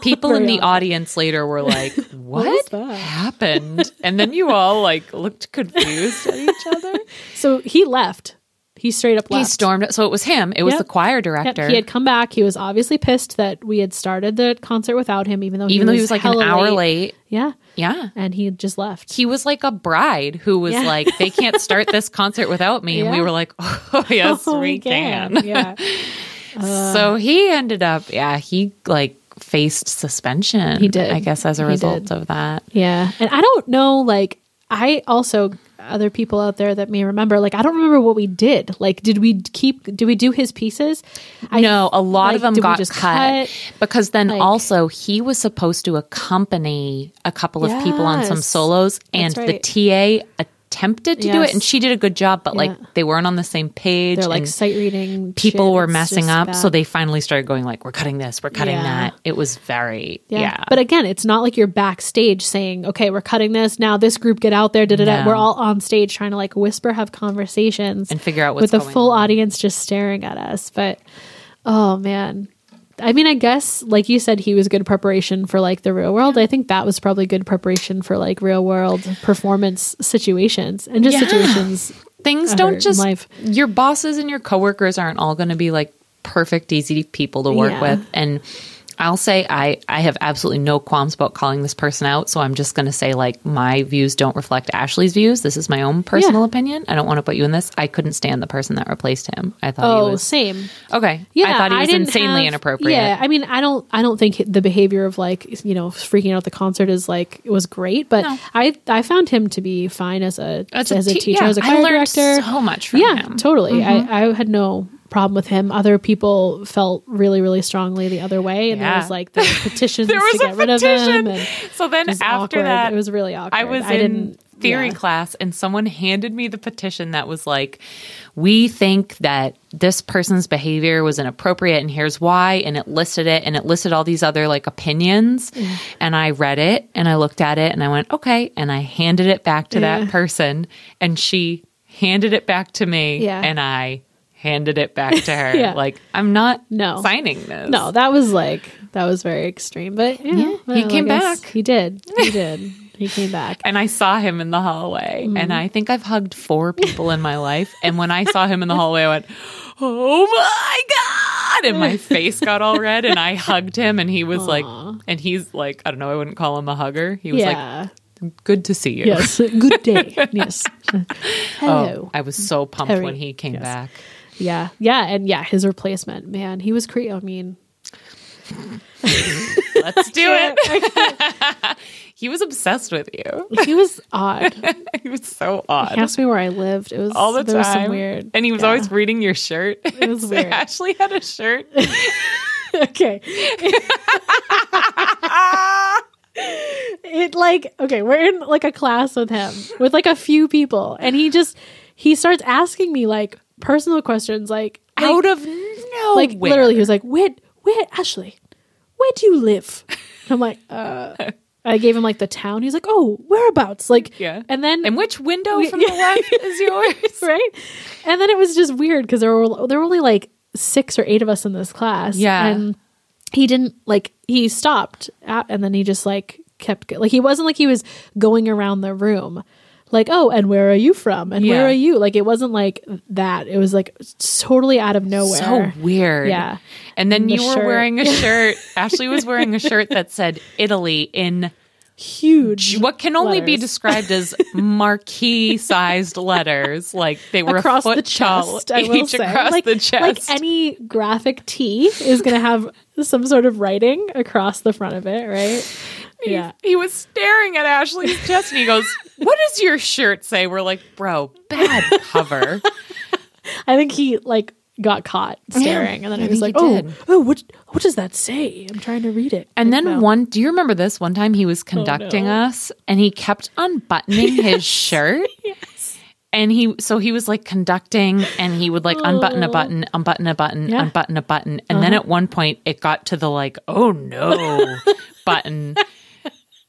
S2: People
S3: Very
S2: in the
S3: odd.
S2: audience later were like,
S3: was
S2: "What,
S3: that?"
S2: happened?" And then you all like looked confused at each other.
S3: So he left. He straight up left.
S2: He stormed. So it was him. It was
S3: Yep.
S2: the choir
S3: Yep,
S2: director.
S3: he had come back. He was obviously pissed that we had started the concert without him, even though he
S2: even though
S3: was
S2: he was like an
S3: hella
S2: hour
S3: late.
S2: late.
S3: Yeah,
S2: Yeah.
S3: and he had just left.
S2: He was like a bride who was
S3: Yeah.
S2: like, they can't start this concert without me. And we
S3: Yeah.
S2: were like, oh, yes,
S3: Oh, Uh.
S2: we, can.
S3: Yeah,
S2: so he ended up, yeah, he like faced suspension.
S3: He did.
S2: I guess, as a
S3: He
S2: result
S3: did.
S2: of that.
S3: yeah. And I don't know. Like, I also other people out there that may remember. Like, I don't remember what we did. Like, did we keep? Did we do his pieces? I
S2: no, a lot
S3: like,
S2: of them
S3: did we
S2: got
S3: just
S2: cut,
S3: cut?
S2: because then
S3: Like-
S2: also he was supposed to accompany a couple of people on some
S3: Yes.
S2: solos, and
S3: right.
S2: the TA attempted to do it,
S3: Yes.
S2: and she did a good job, but
S3: Yeah.
S2: like they weren't on the same page.
S3: They're like
S2: and
S3: sight reading.
S2: people
S3: shit.
S2: were
S3: It's
S2: messing
S3: just
S2: up, so
S3: bad.
S2: they finally started going like, "We're cutting this, we're cutting
S3: Yeah.
S2: that." It was very yeah.
S3: Yeah. But again, it's not like you're backstage saying, okay, we're cutting this. Now this group get out there. Da, da, da.
S2: No.
S3: We're all on stage trying to like whisper, have conversations.
S2: and figure out what's
S3: with the
S2: going
S3: full
S2: on.
S3: audience just staring at us. But oh man. I mean, I guess like you said, he was good preparation for like the real world. I think that was probably good preparation for like real world performance situations and just
S2: Yeah.
S3: situations.
S2: Things
S3: I heard
S2: don't
S3: in
S2: just
S3: life.
S2: your bosses and your coworkers aren't all going to be like perfect, easy people to work
S3: Yeah.
S2: with. And I'll say I I have absolutely no qualms about calling this person out. So I'm just going to say like my views don't reflect Ashley's views. This is my own personal
S3: Yeah.
S2: opinion. I don't want to put you in this. I couldn't stand the person that replaced him. I thought
S3: Oh,
S2: he was
S3: same.
S2: okay.
S3: Yeah,
S2: I thought he was
S3: didn't
S2: insanely
S3: have-
S2: inappropriate.
S3: Yeah, I mean, I don't, I don't think the behavior of like you know freaking out at the concert is like it was great, but
S2: No.
S3: I, I found him to be fine as a as a,
S2: te-
S3: teacher,
S2: yeah,
S3: as a
S2: I
S3: choir
S2: learned
S3: director.
S2: so much from
S3: yeah,
S2: him. Mm-hmm.
S3: totally. I, I had no problem with him. Other people felt really, really strongly the other way, and
S2: Yeah.
S3: there was like the petitions
S2: There
S3: to
S2: was
S3: get
S2: a
S3: rid of him.
S2: petition.
S3: And
S2: So then
S3: it was
S2: after
S3: awkward.
S2: that,
S3: it was really awkward.
S2: I was in
S3: didn't-
S2: theory
S3: yeah.
S2: class and someone handed me the petition that was like, we think that this person's behavior was inappropriate and here's why. And it listed it and it listed all these other like opinions.
S3: Mm.
S2: And I read it and I looked at it and I went, okay. And I handed it back to
S3: Yeah.
S2: that person and she handed it back to me
S3: Yeah.
S2: and I handed it back to her.
S3: Yeah.
S2: Like, I'm not
S3: No.
S2: signing this.
S3: No, that was like that was very extreme. But you know,
S2: he
S3: well, I
S2: came
S3: guess
S2: back.
S3: He did. He did. He came back.
S2: and I saw him in the hallway.
S3: Mm-hmm.
S2: And I think I've hugged four people in my life. And when I saw him in the hallway, I went, Oh my God. And my face got all red. And I hugged him. And he was like, And he's like, I don't know, I wouldn't call him a hugger. He was
S3: yeah.
S2: like, Good to see you.
S3: yes. Good day. Yes. Hello.
S2: Oh, I was so pumped
S3: Terry.
S2: when he came
S3: Yes.
S2: back.
S3: Yeah. Yeah. And yeah, his replacement, man, he was crazy. I mean,
S2: Let's do it. he was obsessed with you.
S3: he was odd.
S2: He was so
S3: He
S2: odd.
S3: asked me where I lived. It was
S2: all the
S3: there
S2: time.
S3: Was some weird.
S2: And he was
S3: yeah.
S2: always reading your shirt. It
S3: was weird.
S2: Ashley had a shirt.
S3: okay. it like okay, we're in like a class with him with like a few people, and he just he starts asking me like personal questions, like like-
S2: Out of nowhere.
S3: like literally he was like where where ashley where do you live And i'm like uh i gave him like the town he's like oh whereabouts like
S2: Yeah.
S3: and then
S2: And which window
S3: We-
S2: from the left is yours?
S3: right and then it was just weird because there were there were only like six or eight of us in this class
S2: Yeah.
S3: and he didn't like he stopped at, and then he just like kept go- like he wasn't like he was going around the room like oh and where are you from and
S2: Yeah.
S3: where are you like it wasn't like that it was like totally out of nowhere
S2: So weird.
S3: Yeah.
S2: And then
S3: And the
S2: you were
S3: shirt.
S2: wearing a shirt. Ashley was wearing a shirt that said Italy in
S3: huge
S2: what can only be
S3: Letters.
S2: described as marquee sized letters. Like they were
S3: across
S2: a foot
S3: the
S2: tall
S3: chest. I will
S2: each
S3: say,
S2: across
S3: like,
S2: the chest.
S3: like any graphic tee is going to have some sort of writing across the front of it, right? Yeah,
S2: he was staring at Ashley's chest and he goes, What does your shirt say? We're like, Bro, bad cover.
S3: I think he like got caught staring, and then
S2: I
S3: he was like,
S2: think he
S3: "Oh,
S2: did.
S3: oh, what, what does that say?" I'm trying to read it,
S2: And
S3: Like,
S2: then
S3: no.
S2: one, do you remember this? One time he was conducting
S3: no.
S2: us and he kept unbuttoning his shirt. And he, so he was like conducting and he would like unbutton a button, unbutton a button,
S3: Yeah.
S2: unbutton a button. And then at one point it got to the like, oh no button.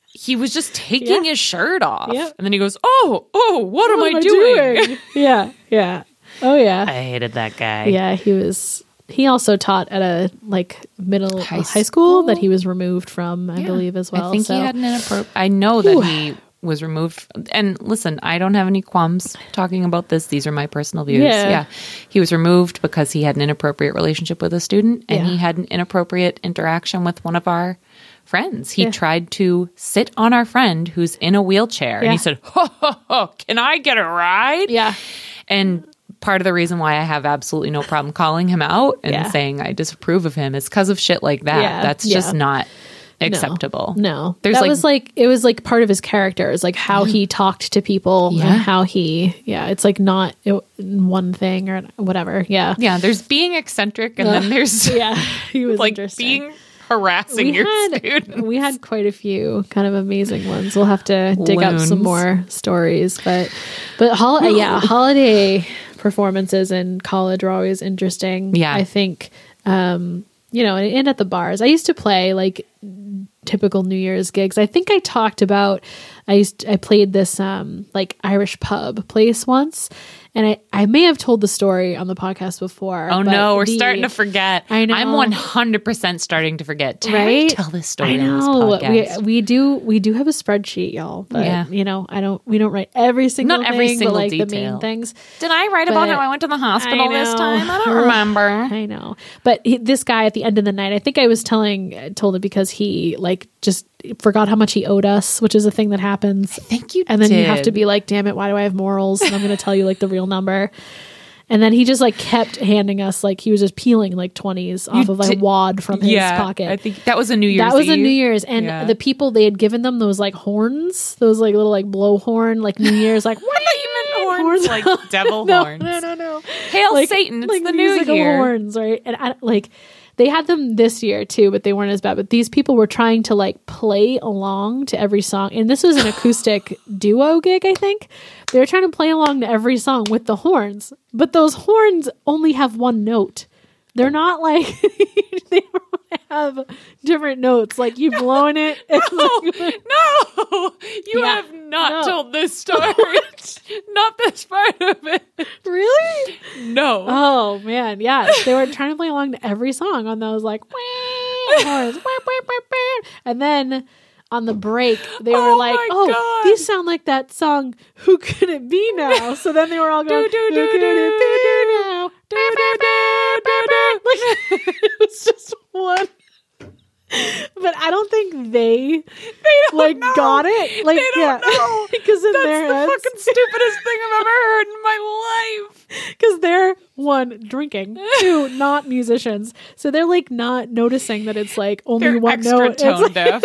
S2: He was just taking his shirt off.
S3: Yep.
S2: And then he goes, oh, oh, what, am,
S3: What
S2: I, doing?
S3: yeah, yeah, oh yeah,
S2: I hated that guy.
S3: yeah. He was. He also taught at a like middle
S2: High
S3: high, school
S2: school?
S3: that he was removed from, I believe, as well.
S2: I think
S3: so.
S2: he had an inappropriate. I know that he was removed. And listen, I don't have any qualms talking about this. These are my personal views.
S3: Yeah.
S2: He was removed because he had an inappropriate relationship with a student and
S3: Yeah.
S2: he had an inappropriate interaction with one of our friends. He
S3: Yeah.
S2: tried to sit on our friend who's in a wheelchair and
S3: Yeah.
S2: he said, ho, ho, ho, can I get a ride?
S3: Yeah.
S2: And part of the reason why I have absolutely no problem calling him out and
S3: Yeah.
S2: saying I disapprove of him is because of shit like that.
S3: Yeah,
S2: That's just
S3: yeah.
S2: not acceptable.
S3: No,
S2: There's
S3: that
S2: like-
S3: was like it was like part of his character. It's like how he talked to people
S2: Yeah.
S3: and how he yeah. It's like not it, one thing or whatever. Yeah,
S2: Yeah, there's being eccentric and then there's
S3: yeah. He was
S2: like
S3: interesting.
S2: being harassing your student.
S3: we had quite a few kind of amazing ones. We'll have to dig up some
S2: Loons.
S3: more stories, but but hol- uh, yeah, holiday performances in college were always interesting.
S2: Yeah.
S3: I think um, you know, and, and at the bars, I used to play like typical New Year's gigs. I think I talked about I used I played this um like Irish pub place once. And I, I may have told the story on the podcast before.
S2: Oh
S3: but
S2: no, we're
S3: the-
S2: starting to forget.
S3: I know.
S2: I'm 100% starting to forget. Terry,
S3: right?
S2: tell this story
S3: I know.
S2: on this podcast.
S3: We, we do we do have a spreadsheet, y'all. But
S2: Yeah.
S3: you know, I don't we don't write every single
S2: Not every
S3: thing,
S2: single
S3: but like the
S2: detail.
S3: main things.
S2: Did I write about
S3: But-
S2: how I went to the hospital
S3: I
S2: this
S3: know.
S2: time? I don't remember.
S3: I know. But he, this guy at the end of the night, I think I was telling uh, told it because he like just forgot how much he owed us, which is a thing that happens.
S2: Thank you.
S3: And then you have
S2: did.
S3: to be like, "Damn it, why do I have morals?" And I'm going to tell you like the real number. And then he just like kept handing us like he was just peeling like 20s off of like
S2: did-
S3: wad from his
S2: yeah,
S3: pocket.
S2: I think that was a New Year's.
S3: that was a
S2: Eve.
S3: New Year's, and
S2: Yeah.
S3: the people they had given them those like horns, those like little like blow horn, like New Year's, like
S2: I
S3: what?
S2: thought you meant horns,
S3: Horns.
S2: like devil
S3: No,
S2: horns.
S3: no, no, no.
S2: Hail Satan! It's the New
S3: musical
S2: Year.
S3: horns, right? And I, like they had them this year too, but they weren't as bad. But these people were trying to like play along to every song, and this was an acoustic duo gig, I think. They were trying to play along to every song with the horns, but those horns only have one note. They're not like they don't have different notes. Like you blowing it. It's like,
S2: Oh, No, you
S3: Yeah.
S2: have not
S3: No.
S2: told this story. not this part of it.
S3: really?
S2: No.
S3: Oh man, yeah. They were trying to play along to every song on those like wah, horns, wah, wah, wah, wah. and then on the break they were
S2: Oh
S3: like,
S2: my
S3: "Oh,
S2: God.
S3: these sound like that song. Who could it be now?" So then they were all going,
S2: Do, do,
S3: "Who
S2: do,
S3: could
S2: do,
S3: it be now?"
S2: Da, da, da, da, da.
S3: Like it was just one. But I don't think they
S2: They don't
S3: like
S2: know.
S3: got it. Like
S2: Oh, They don't know.
S3: yeah, because in
S2: That's
S3: their
S2: the
S3: heads,
S2: fucking stupidest thing I've ever heard in my life.
S3: because they're one drinking, two not musicians, so they're like not noticing that it's like only
S2: They're
S3: one
S2: extra
S3: note. It's
S2: tone
S3: like-
S2: deaf.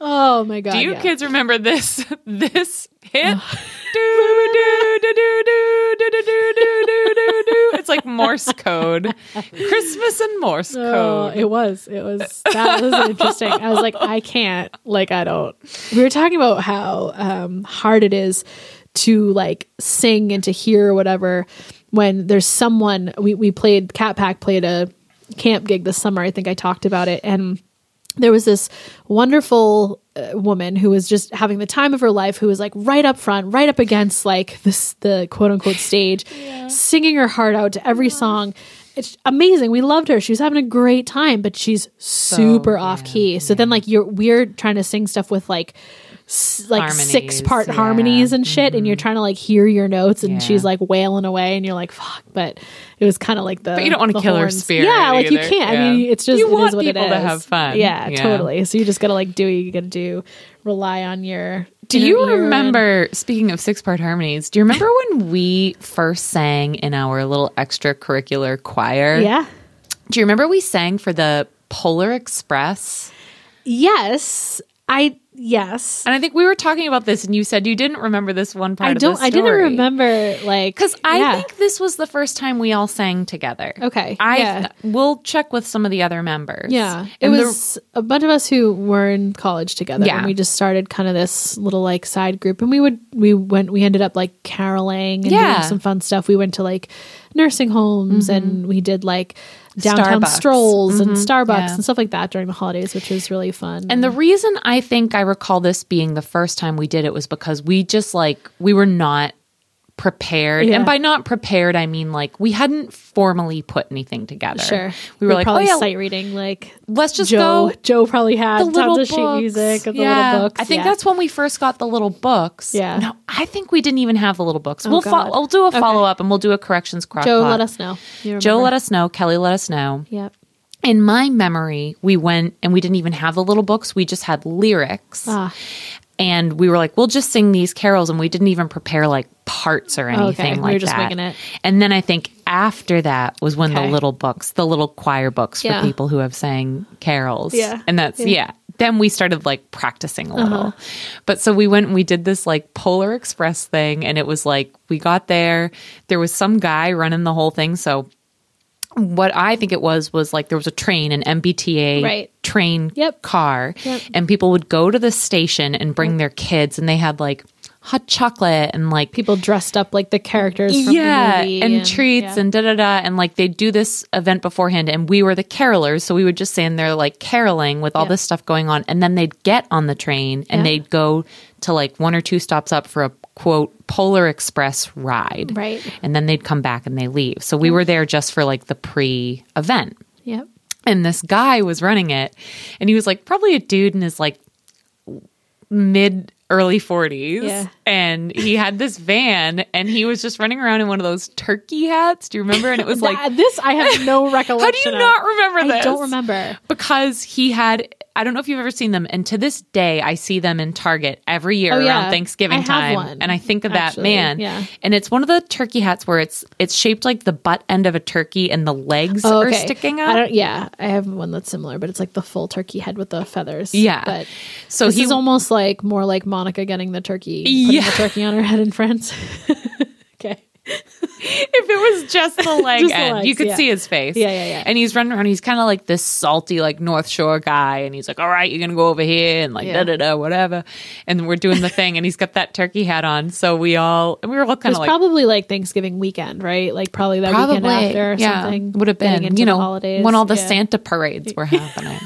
S3: oh my god!
S2: Do you
S3: yeah. Uh.
S2: kids remember this this hit? do do do do do do do do do do do do. It's like Morse code, Christmas and Morse
S3: Oh,
S2: code.
S3: it was. It was. That was interesting. I was like, I can't. Like, I don't. We were talking about how um, hard it is to like sing and to hear or whatever when there's someone. We we played Cat Pack played a camp gig this summer. I think I talked about it and. there was this wonderful uh, woman who was just having the time of her life who was like right up front right up against like this the quote unquote stage singing her heart out to every song it's amazing we loved her she was having a great time but she's super off key so then like you're we're trying to sing stuff with like s- like
S2: Harmonies,
S3: six part
S2: yeah. Mm-hmm.
S3: harmonies and shit and you're trying to like hear your notes and
S2: Yeah.
S3: she's like wailing away and you're like fuck but it was kind of like the
S2: But you don't wanna
S3: the
S2: kill her
S3: horns.
S2: spirit
S3: yeah like
S2: either.
S3: you can't
S2: Yeah.
S3: i mean it's just
S2: You
S3: it is
S2: want
S3: what it
S2: people to
S3: is.
S2: have fun.
S3: yeah,
S2: Yeah.
S3: totally so you just gotta like do what you gotta do rely on your
S2: Do you
S3: inner ear and-
S2: remember, speaking of six part harmonies, do you remember when we first sang in our little extracurricular choir?
S3: yeah
S2: Do you remember we sang for the Polar Express?
S3: yes i yes
S2: And I think we were talking about this, and you said you didn't remember this one part
S3: i
S2: of the
S3: don't i didn't
S2: story.
S3: remember like
S2: Because I
S3: yeah.
S2: think this was the first time we all sang together.
S3: Okay,
S2: I
S3: yeah.
S2: we'll check with some of the other members.
S3: yeah it
S2: And the-
S3: was a bunch of us who were in college together
S2: Yeah.
S3: and we just started kind of this little like side group and we would we went we ended up like caroling and
S2: Yeah.
S3: doing some fun stuff we went to like nursing homes and we did like
S2: Mm-hmm. Starbucks.
S3: downtown
S2: Mm-hmm.
S3: strolls and starbucks
S2: yeah.
S3: and stuff like that during the holidays which was really fun
S2: and the reason I think I recall this being the first time we did it was because we just like we were not prepared.
S3: Yeah.
S2: And by not prepared, I mean like we hadn't formally put anything together.
S3: Sure.
S2: We were like, oh,
S3: probably
S2: yeah,
S3: sight reading like
S2: let's just
S3: Joe
S2: go.
S3: Joe probably had
S2: The
S3: tons
S2: little
S3: of sheet
S2: books.
S3: music of the
S2: Yeah.
S3: little books.
S2: I think
S3: Yeah.
S2: that's when we first got the little books.
S3: Yeah. Oh,
S2: No, I think we didn't even have the little books. we'll
S3: God.
S2: fo- I'll do a
S3: Okay.
S2: follow up and we'll do a corrections crock
S3: Joe
S2: pot.
S3: let us know. You
S2: Joe
S3: remember?
S2: let us know. Kelly let us know.
S3: Yep.
S2: In my memory, we went and we didn't even have the little books. We just had lyrics.
S3: Ah.
S2: And we were like, we'll just sing these carols. And we didn't even prepare like parts or
S3: Okay,
S2: anything
S3: we
S2: like
S3: were just
S2: that.
S3: winging it.
S2: And then I think after that was when
S3: Okay.
S2: the little books, the little choir books
S3: Yeah.
S2: for people who have sang carols.
S3: Yeah.
S2: And that's,
S3: Yeah.
S2: yeah.
S3: Uh-huh.
S2: Then we started like practicing a little. But so we went and we did this like Polar Express thing. And it was like, we got there. There was some guy running the whole thing. So what I think it was was like there was a train, an MBTA
S3: Right.
S2: train
S3: Yep.
S2: car,
S3: Yep.
S2: and people would go to the station and bring their kids, and they had like hot chocolate and like
S3: People dressed up like the characters from
S2: yeah,
S3: the movie
S2: and, treats
S3: yeah.
S2: and da da da, and like they'd do this event beforehand, and we were the carolers, so we would just stand there like caroling with all
S3: Yeah.
S2: this stuff going on, and then they'd get on the train and
S3: Yeah.
S2: they'd go to like one or two stops up for a quote Polar Express ride,
S3: Right.
S2: And then they'd come back and they leave. So we were there just for like the pre-event.
S3: Yep.
S2: And this guy was running it, and he was like probably a dude in his like mid early 40s.
S3: Yeah.
S2: And he had this van, and he was just running around in one of those turkey hats. Do you remember? And it was like,
S3: That- this I have no recollection.
S2: how do you
S3: of.
S2: not remember this?
S3: I don't remember.
S2: Because he had. I don't know if you've ever seen them, and to this day, I see them in Target every year
S3: Oh, yeah.
S2: around Thanksgiving
S3: I have
S2: time,
S3: one,
S2: and I think of that
S3: actually.
S2: man.
S3: Yeah.
S2: And it's one of the turkey hats where it's it's shaped like the butt end of a turkey, and the legs
S3: Oh,
S2: are sticking out.
S3: I don't. Yeah, I have one that's similar, but it's like the full turkey head with the feathers.
S2: Yeah.
S3: but
S2: so
S3: this
S2: he
S3: is almost like more like Monica getting the turkey, putting
S2: Yeah.
S3: the turkey on her head in France. okay,
S2: if it was just the leg
S3: Just the
S2: end,
S3: legs,
S2: you could
S3: yeah.
S2: see his face.
S3: Yeah, yeah, yeah.
S2: And he's running around. He's kind of like this salty, like North Shore guy, and he's like, "All right, you're gonna go over here," and like
S3: Yeah.
S2: da da da, whatever. And we're doing the thing, and he's got that turkey hat on. So we all, and we were all
S3: it
S2: kind
S3: was
S2: of like,
S3: probably like Thanksgiving weekend, right? Like probably that weekend after or something.
S2: would have
S3: getting
S2: been,
S3: into
S2: you
S3: the
S2: know,
S3: holidays.
S2: when all the
S3: Yeah.
S2: Santa parades were happening,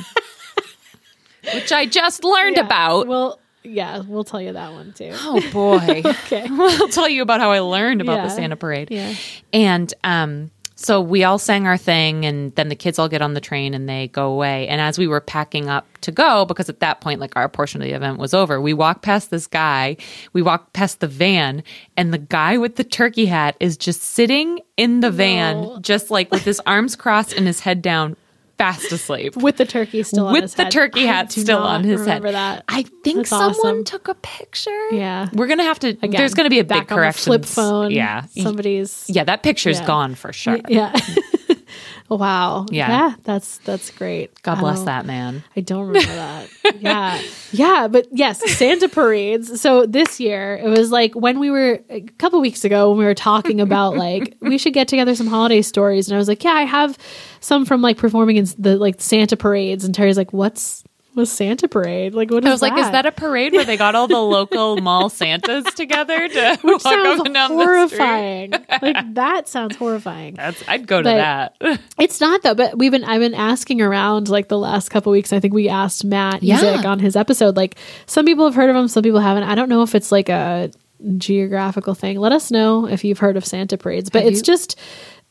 S2: which I just learned
S3: Yeah.
S2: about.
S3: Well, yeah, we'll tell you that one too.
S2: oh boy.
S3: Okay,
S2: I'll tell you about how I learned about the
S3: Yeah.
S2: Santa parade.
S3: Yeah.
S2: And um, so we all sang our thing, and then the kids all get on the train and they go away. And as we were packing up to go, because at that point, like our portion of the event was over, we walk past this guy, we walk past the van, and the guy with the turkey hat is just sitting in the
S3: No.
S2: van, just like with his arms crossed and his head down, fast asleep
S3: with the turkey still on
S2: with
S3: his
S2: the
S3: head.
S2: turkey
S3: I
S2: hat
S3: do
S2: still
S3: not
S2: on his
S3: remember
S2: head.
S3: That
S2: I think
S3: That's
S2: someone
S3: awesome.
S2: took a picture.
S3: Yeah.
S2: we're gonna have to.
S3: Again,
S2: there's gonna be a big
S3: back on the
S2: correction.
S3: flip phone.
S2: Yeah,
S3: somebody's
S2: yeah. That picture's
S3: Yeah.
S2: gone for sure.
S3: Yeah. wow.
S2: Yeah.
S3: That's that's great.
S2: God
S3: I
S2: bless
S3: don't-
S2: that man.
S3: I don't remember that. yeah. Yeah, but yes, Santa parades. So this year it was like when we were a couple weeks ago when we were talking about like we should get together some holiday stories and I was like, "Yeah, I have some from like performing in the like Santa parades." And Terry's like, "What's was Santa parade? Like what is
S2: I was like, is that a parade where they got all the local mall Santas together to
S3: Which
S2: walk
S3: sounds
S2: up and down the street?
S3: horrifying. like that sounds horrifying.
S2: That's, I'd go to
S3: But-
S2: that.
S3: It's not though, but we've been I've been asking around like the last couple weeks. I think we asked Matt
S2: Yeah.
S3: Ezek on his episode. Like some people have heard of him, some people haven't. I don't know if it's like a geographical thing. Let us know if you've heard of Santa parades. But
S2: Have
S3: it's
S2: you?
S3: just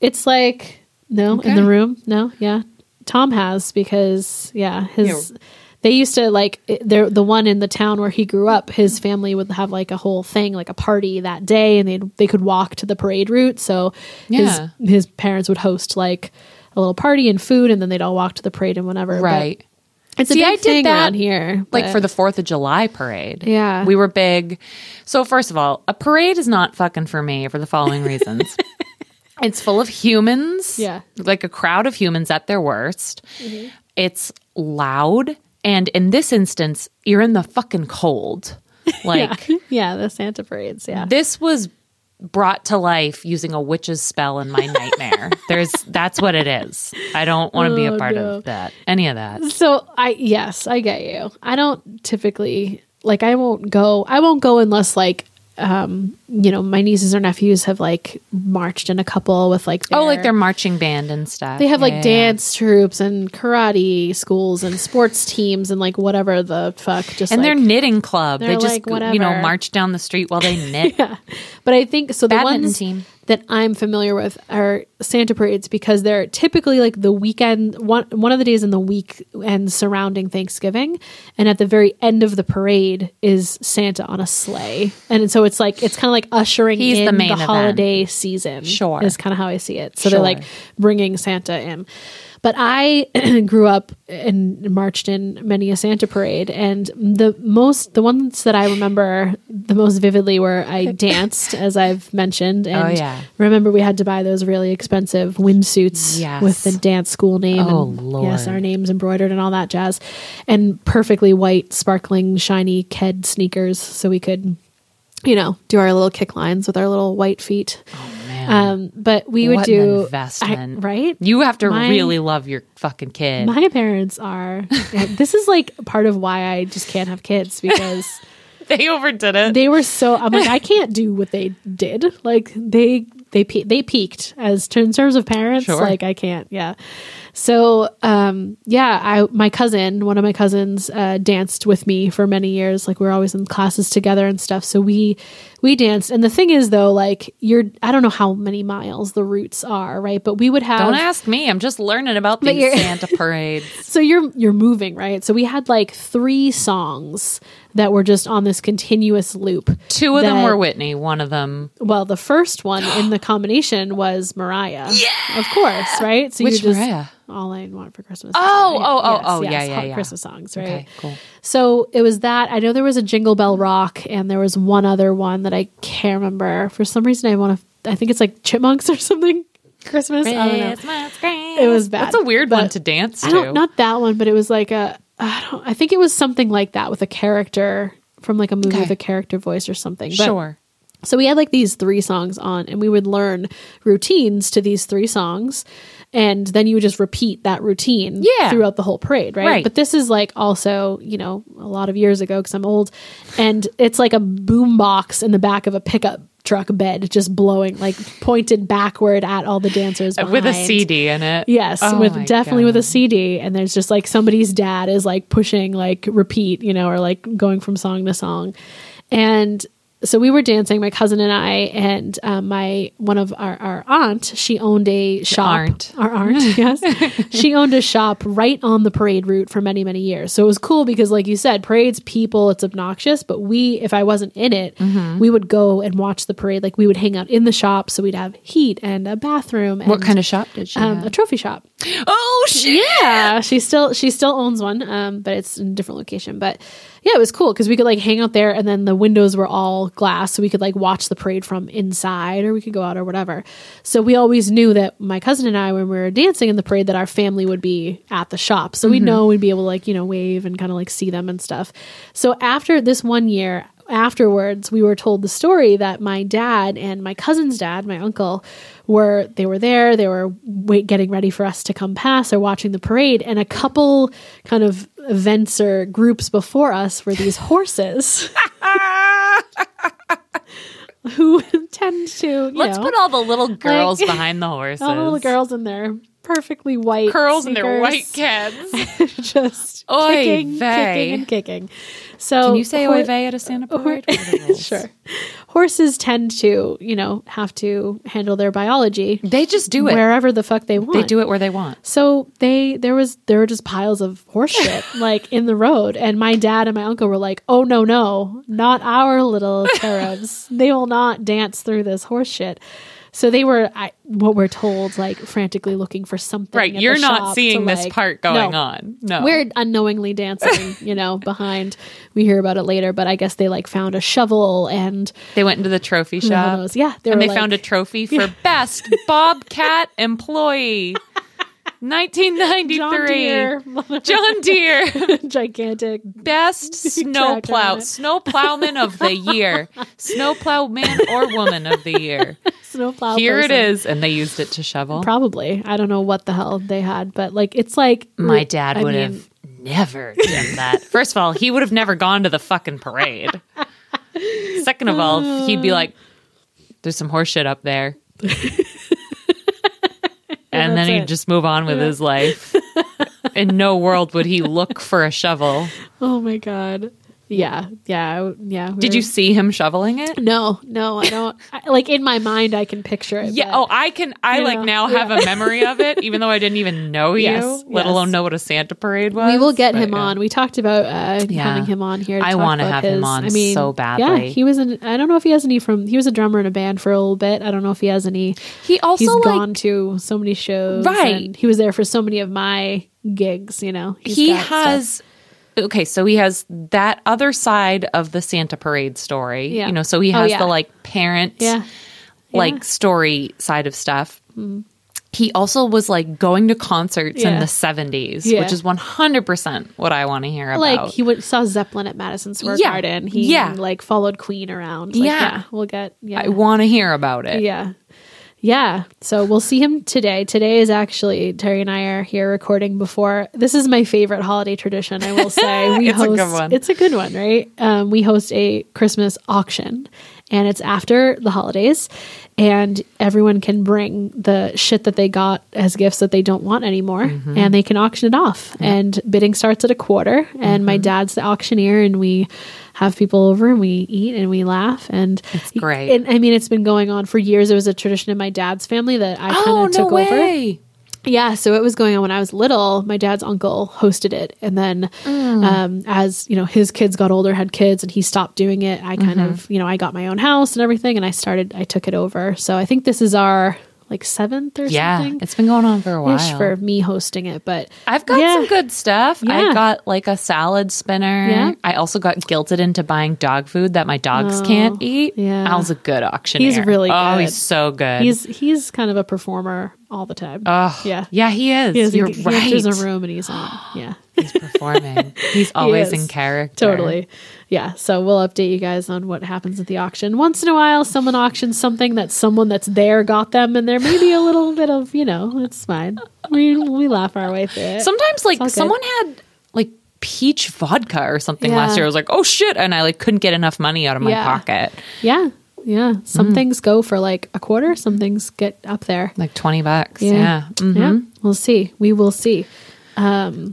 S3: it's like no in
S2: Okay.
S3: the room. No, yeah. Tom has because yeah, his
S2: Yeah.
S3: they used to like they the one in the town where he grew up. His family would have like a whole thing, like a party that day, and they they could walk to the parade route. So
S2: Yeah.
S3: his his parents would host like a little party and food, and then they'd all walk to the parade and whatever. But
S2: Right.
S3: it's a
S2: See,
S3: big
S2: I did
S3: thing
S2: that,
S3: around here,
S2: like
S3: but-
S2: for the Fourth of July parade.
S3: Yeah.
S2: we were big. So first of all, a parade is not fucking for me for the following reasons. it's full of humans.
S3: Yeah. Mm-hmm.
S2: like a crowd of humans at their worst. It's loud, and in this instance, you're in the fucking cold.
S3: yeah.
S2: Like
S3: yeah, the Santa parades. Yeah,
S2: this was brought to life using a witch's spell in my nightmare. There's that's what it is. I don't want to be a
S3: Oh,
S2: part
S3: no.
S2: of that. Any of that.
S3: So I yes, I get you. I don't typically like I won't go I won't go unless like um, you know, my nieces or nephews have like marched in a couple with like
S2: oh, like their marching band and stuff.
S3: they have like
S2: Yeah, yeah, yeah.
S3: dance troops and karate schools and sports teams and like whatever the fuck. Just
S2: and
S3: like,
S2: their knitting club. They
S3: they're
S2: just
S3: like,
S2: you know
S3: whatever.
S2: march down the street while they knit.
S3: But I think so. The
S2: Badminton
S3: ones
S2: team.
S3: that I'm familiar with are Santa parades because they're typically like the weekend one one of the days in the week and surrounding Thanksgiving, and at the very end of the parade is Santa on a sleigh, and so it's like it's kind of like ushering
S2: He's
S3: in
S2: the
S3: the,
S2: main event.
S3: holiday season.
S2: Sure.
S3: is kind of how I see it. So
S2: Sure.
S3: they're like bringing Santa in. But I grew up and marched in many a Santa parade, and the most, the ones that I remember the most vividly were I danced, as I've mentioned, and
S2: Oh, yeah.
S3: remember we had to buy those really expensive windsuits
S2: Yes.
S3: with the dance school name.
S2: Oh,
S3: and,
S2: Lord.
S3: Yes, our names embroidered and all that jazz, and perfectly white, sparkling, shiny Ked sneakers, so we could, you know, do our little kick lines with our little white feet.
S2: Oh, Man,
S3: Um, but we would
S2: what an
S3: do
S2: investment,
S3: I- right?
S2: You have to
S3: My-
S2: really love your fucking kid.
S3: My parents are. this is like part of why I just can't have kids because
S2: they overdid it.
S3: they were so. I'm like I can't do what they did. Like they they pe- they peaked as in terms of parents.
S2: Sure.
S3: Like I can't. Yeah. So um yeah, I my cousin, one of my cousins, uh, danced with me for many years. Like we were always in classes together and stuff. So we we danced. And the thing is though, like you're I don't know how many miles the routes are, right? But we would have
S2: Don't ask me. I'm just learning about these
S3: you're-
S2: Santa parades.
S3: so you're you're moving right so we had like three songs that were just on this continuous loop
S2: Two of them
S3: that-
S2: were Whitney. One of them,
S3: well the first one in the combination was mariah yeah of course right so
S2: Which Mariah?
S3: all i want for christmas is
S2: Oh,
S3: Mariah.
S2: oh, oh, oh, yeah, yeah,
S3: hot
S2: yeah.
S3: christmas songs right
S2: okay, cool.
S3: so it was that i know there was a jingle bell rock and there was one other one that i can't remember for some reason i want to i think it's like chipmunks or something christmas i don't know
S2: It
S3: was bad,
S2: That's a weird one
S3: but
S2: to dance to.
S3: I don't not that one, but it was like a I don't I think it was something like that with a character from like a movie
S2: Okay.
S3: with a character voice or something. But-
S2: sure.
S3: So we had like these three songs on and we would learn routines to these three songs and then you would just repeat that routine
S2: Yeah.
S3: throughout the whole parade, right?
S2: Right.
S3: But this is like also, you know, a lot of years ago cuz I'm old and it's like a boom box in the back of a pickup truck bed just blowing like pointed backward at all the dancers
S2: With a
S3: behind.
S2: CD in it.
S3: Yes,
S2: Oh my
S3: with definitely with
S2: God.
S3: a CD, and there's just like somebody's dad is like pushing like repeat, you know, or like going from song to song, and so we were dancing, my cousin and I, and um, my one of our, our aunt, she owned a shop.
S2: aunt.
S3: Our aunt, yes, she owned a shop right on the parade route for many many years. So it was cool because, like you said, parades people, it's obnoxious, but we, if I wasn't in it,
S2: Mm-hmm.
S3: we would go and watch the parade. Like we would hang out in the shop, so we'd have heat and a bathroom. And
S2: What kind of shop did she?
S3: um,
S2: have?
S3: a trophy shop.
S2: oh shit!
S3: Yeah, she still she still owns one, um, but it's in a different location. But yeah, it was cool because we could like hang out there, and then the windows were all glass, so we could like watch the parade from inside, or we could go out or whatever. So we always knew that my cousin and I, when we were dancing in the parade, that our family would be at the shop, so we know we'd be able to like you know wave and kind of like see them and stuff. So after this one year, afterwards we were told the story that my dad and my cousin's dad my uncle were they were there they were wait, getting ready for us to come past or watching the parade and a couple kind of events or groups before us were these horses who tend to you
S2: Let's
S3: know,
S2: put all the little girls
S3: Like-
S2: behind the horses.
S3: all the little girls in their perfectly white
S2: Curls and their
S3: sneakers,
S2: white cats.
S3: just
S2: Oy
S3: kicking,
S2: vey.
S3: kicking and kicking so
S2: Can you say
S3: hor-
S2: oy vey at a Santa parade? What are the rules?
S3: sure horses tend to you know have to handle their biology
S2: They just do it.
S3: wherever the fuck they want
S2: they do it where they want.
S3: so they there was there were just piles of horse shit like in the road and my dad and my uncle were like oh no no not our little cherubs they will not dance through this horse shit so they were I, what we're told like frantically looking for something
S2: Right.
S3: at the
S2: You're not
S3: shop
S2: seeing
S3: to,
S2: this
S3: like-
S2: part going
S3: No.
S2: on. No.
S3: We're unknowingly dancing, you know, behind. We hear about it later, but I guess they like found a shovel and
S2: They went into the trophy
S3: who
S2: shop.
S3: knows? Yeah,
S2: and they
S3: were, like-
S2: found a trophy for best bobcat employee 1993
S3: John Deere,
S2: John Deere,
S3: gigantic.
S2: best
S3: Track on
S2: snowplow
S3: it.
S2: snowplowman of the year snowplow man or woman of the year
S3: Snowplow.
S2: here it
S3: person.
S2: is and they used it to shovel
S3: Probably. I don't know what the hell they had, but like it's like
S2: my dad
S3: I
S2: would
S3: mean,
S2: have never done that first of all he would have never gone to the fucking parade Second of all, he'd be
S3: Uh.
S2: like, "There's some horse shit up there," and then
S3: that's
S2: he'd
S3: it.
S2: just move on with his life. In no world would he look for a shovel.
S3: Oh my god. Yeah, yeah, I w- yeah. we
S2: Did
S3: were-
S2: you see him shoveling it?
S3: No, no, I don't. I, like in my mind, I can picture it.
S2: Yeah.
S3: but-
S2: Oh, I can. I
S3: you
S2: like
S3: know,
S2: now have a memory of it, even though I didn't even know you,
S3: Yes,
S2: let
S3: yes.
S2: alone know what a Santa parade was.
S3: we will get
S2: but,
S3: him
S2: yeah.
S3: on. We talked about uh,
S2: Yeah.
S3: having him on here. To
S2: I
S3: talk
S2: wanna
S3: about
S2: have him
S3: his-
S2: on
S3: I mean,
S2: so
S3: Yeah,
S2: badly.
S3: he was an. I don't know if he has any from. He was a drummer in a band for a little bit. I don't know if he has any.
S2: He also
S3: He's
S2: like
S3: gone to so many shows.
S2: Right.
S3: and he was there for so many of my gigs. You know, He's
S2: he
S3: got stuff.
S2: has okay so he has that other side of the santa parade story
S3: Yeah.
S2: you know so he
S3: Oh,
S2: has
S3: yeah.
S2: the like parent
S3: Yeah. Mm-hmm.
S2: like story side of stuff he also was like going to concerts
S3: Yeah.
S2: in the 70s
S3: Yeah.
S2: which is 100% what i want to hear about
S3: Like he went saw Zeppelin at Madison Square
S2: Yeah.
S3: Garden. He
S2: Yeah.
S3: like followed Queen around. Like,
S2: Yeah.
S3: we'll get. Yeah,
S2: i want to hear about it
S3: Yeah. Yeah. So we'll see him today. Today is actually Terry and I are here recording before. This is my favorite holiday tradition, I will say. We
S2: It's a
S3: host
S2: good one.
S3: It's a good one, right? Um, we host a Christmas auction and it's after the holidays and everyone can bring the shit that they got as gifts that they don't want anymore
S2: Mm-hmm.
S3: and they can auction it off. And bidding starts at a quarter and
S2: Mm-hmm.
S3: my dad's the auctioneer and we have people over and we eat and we laugh and it's
S2: great.
S3: and I mean, it's been going on for years. It was a tradition in my dad's family that I kind of
S2: oh no
S3: took over.
S2: way
S3: Yeah, so it was going on when I was little. My dad's uncle hosted it, and then
S2: Mm.
S3: um, as you know, his kids got older, had kids, and he stopped doing it. I kind
S2: Mm-hmm.
S3: of, you know, I got my own house and everything, and I started, I took it over. So I think this is our like seventh or
S2: yeah
S3: something
S2: it's been going on for a while
S3: ish for me hosting it, but
S2: I've got
S3: Yeah.
S2: some good stuff.
S3: Yeah.
S2: I got like a salad spinner.
S3: Yeah. Oh,
S2: I also got guilted into buying dog food that my dogs can't eat.
S3: yeah.
S2: Al's a good auctioneer.
S3: He's really
S2: Oh,
S3: good.
S2: he's so good.
S3: he's he's kind of a performer all the time.
S2: oh,
S3: yeah.
S2: yeah, he is.
S3: He has-
S2: You're
S3: he
S2: right.
S3: enters a room and he's on. Yeah.
S2: He's performing. He's always
S3: is.
S2: in character.
S3: Totally. Yeah. So we'll update you guys on what happens at the auction. Once in a while, someone auctions something that someone that's there got them, and there may be a little bit of, you know, it's fine. We, we laugh our way through it.
S2: Sometimes,
S3: all
S2: like
S3: good.
S2: someone had like peach vodka or something
S3: Yeah.
S2: last year. I was like, oh shit, and I like couldn't get enough money out of my
S3: Yeah.
S2: pocket,
S3: yeah. Yeah.
S2: Mm-hmm.
S3: Some things go for like a quarter, some things get up there.
S2: like twenty bucks. Yeah. Mhm.
S3: Yeah. We'll see. We will see. Um,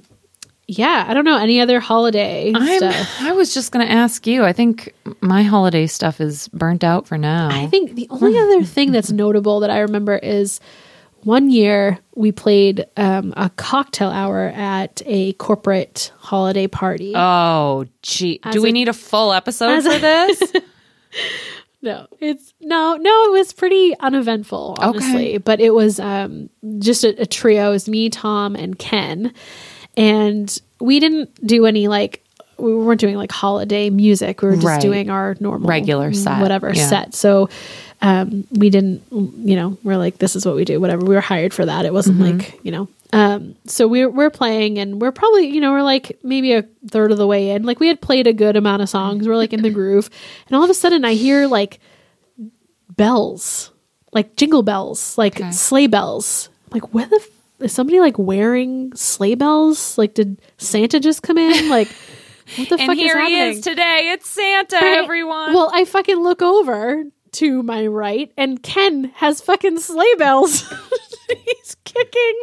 S3: yeah. I don't know. Any other holiday
S2: I'm,
S3: stuff?
S2: I was just going to ask you. I think my holiday stuff is burnt out for now.
S3: I think the only other thing that's notable that I remember is one year we played um, a cocktail hour at a corporate holiday party.
S2: Oh, gee.
S3: As
S2: Do we
S3: a-
S2: need a full episode
S3: as
S2: for
S3: a-
S2: this?
S3: no, it's no, no. It was pretty uneventful, honestly. But it was um, just a, a trio. It was me, Tom, and Ken, and we didn't do any like we weren't doing like holiday music. We were just
S2: Right.
S3: doing our normal
S2: Regular set.
S3: Mm-hmm. whatever
S2: Yeah.
S3: set. So um, we didn't, you know, we're like, this is what we do, whatever. We were hired for that. It wasn't
S2: Mm-hmm.
S3: like, you know. Um, so we're we're playing, and we're probably, you know, we're like maybe a third of the way in. Like we had played a good amount of songs. We're like in the groove, and all of a sudden I hear like bells, like jingle bells, like
S2: Okay.
S3: sleigh bells. I'm like where the f- is somebody like wearing sleigh bells? Like did Santa just come in? Like what the
S2: and
S3: fuck is
S2: here he
S3: happening?
S2: is today. It's Santa,
S3: Right.
S2: everyone.
S3: Well, I fucking look over to my right, and Ken has fucking sleigh bells. He's kicking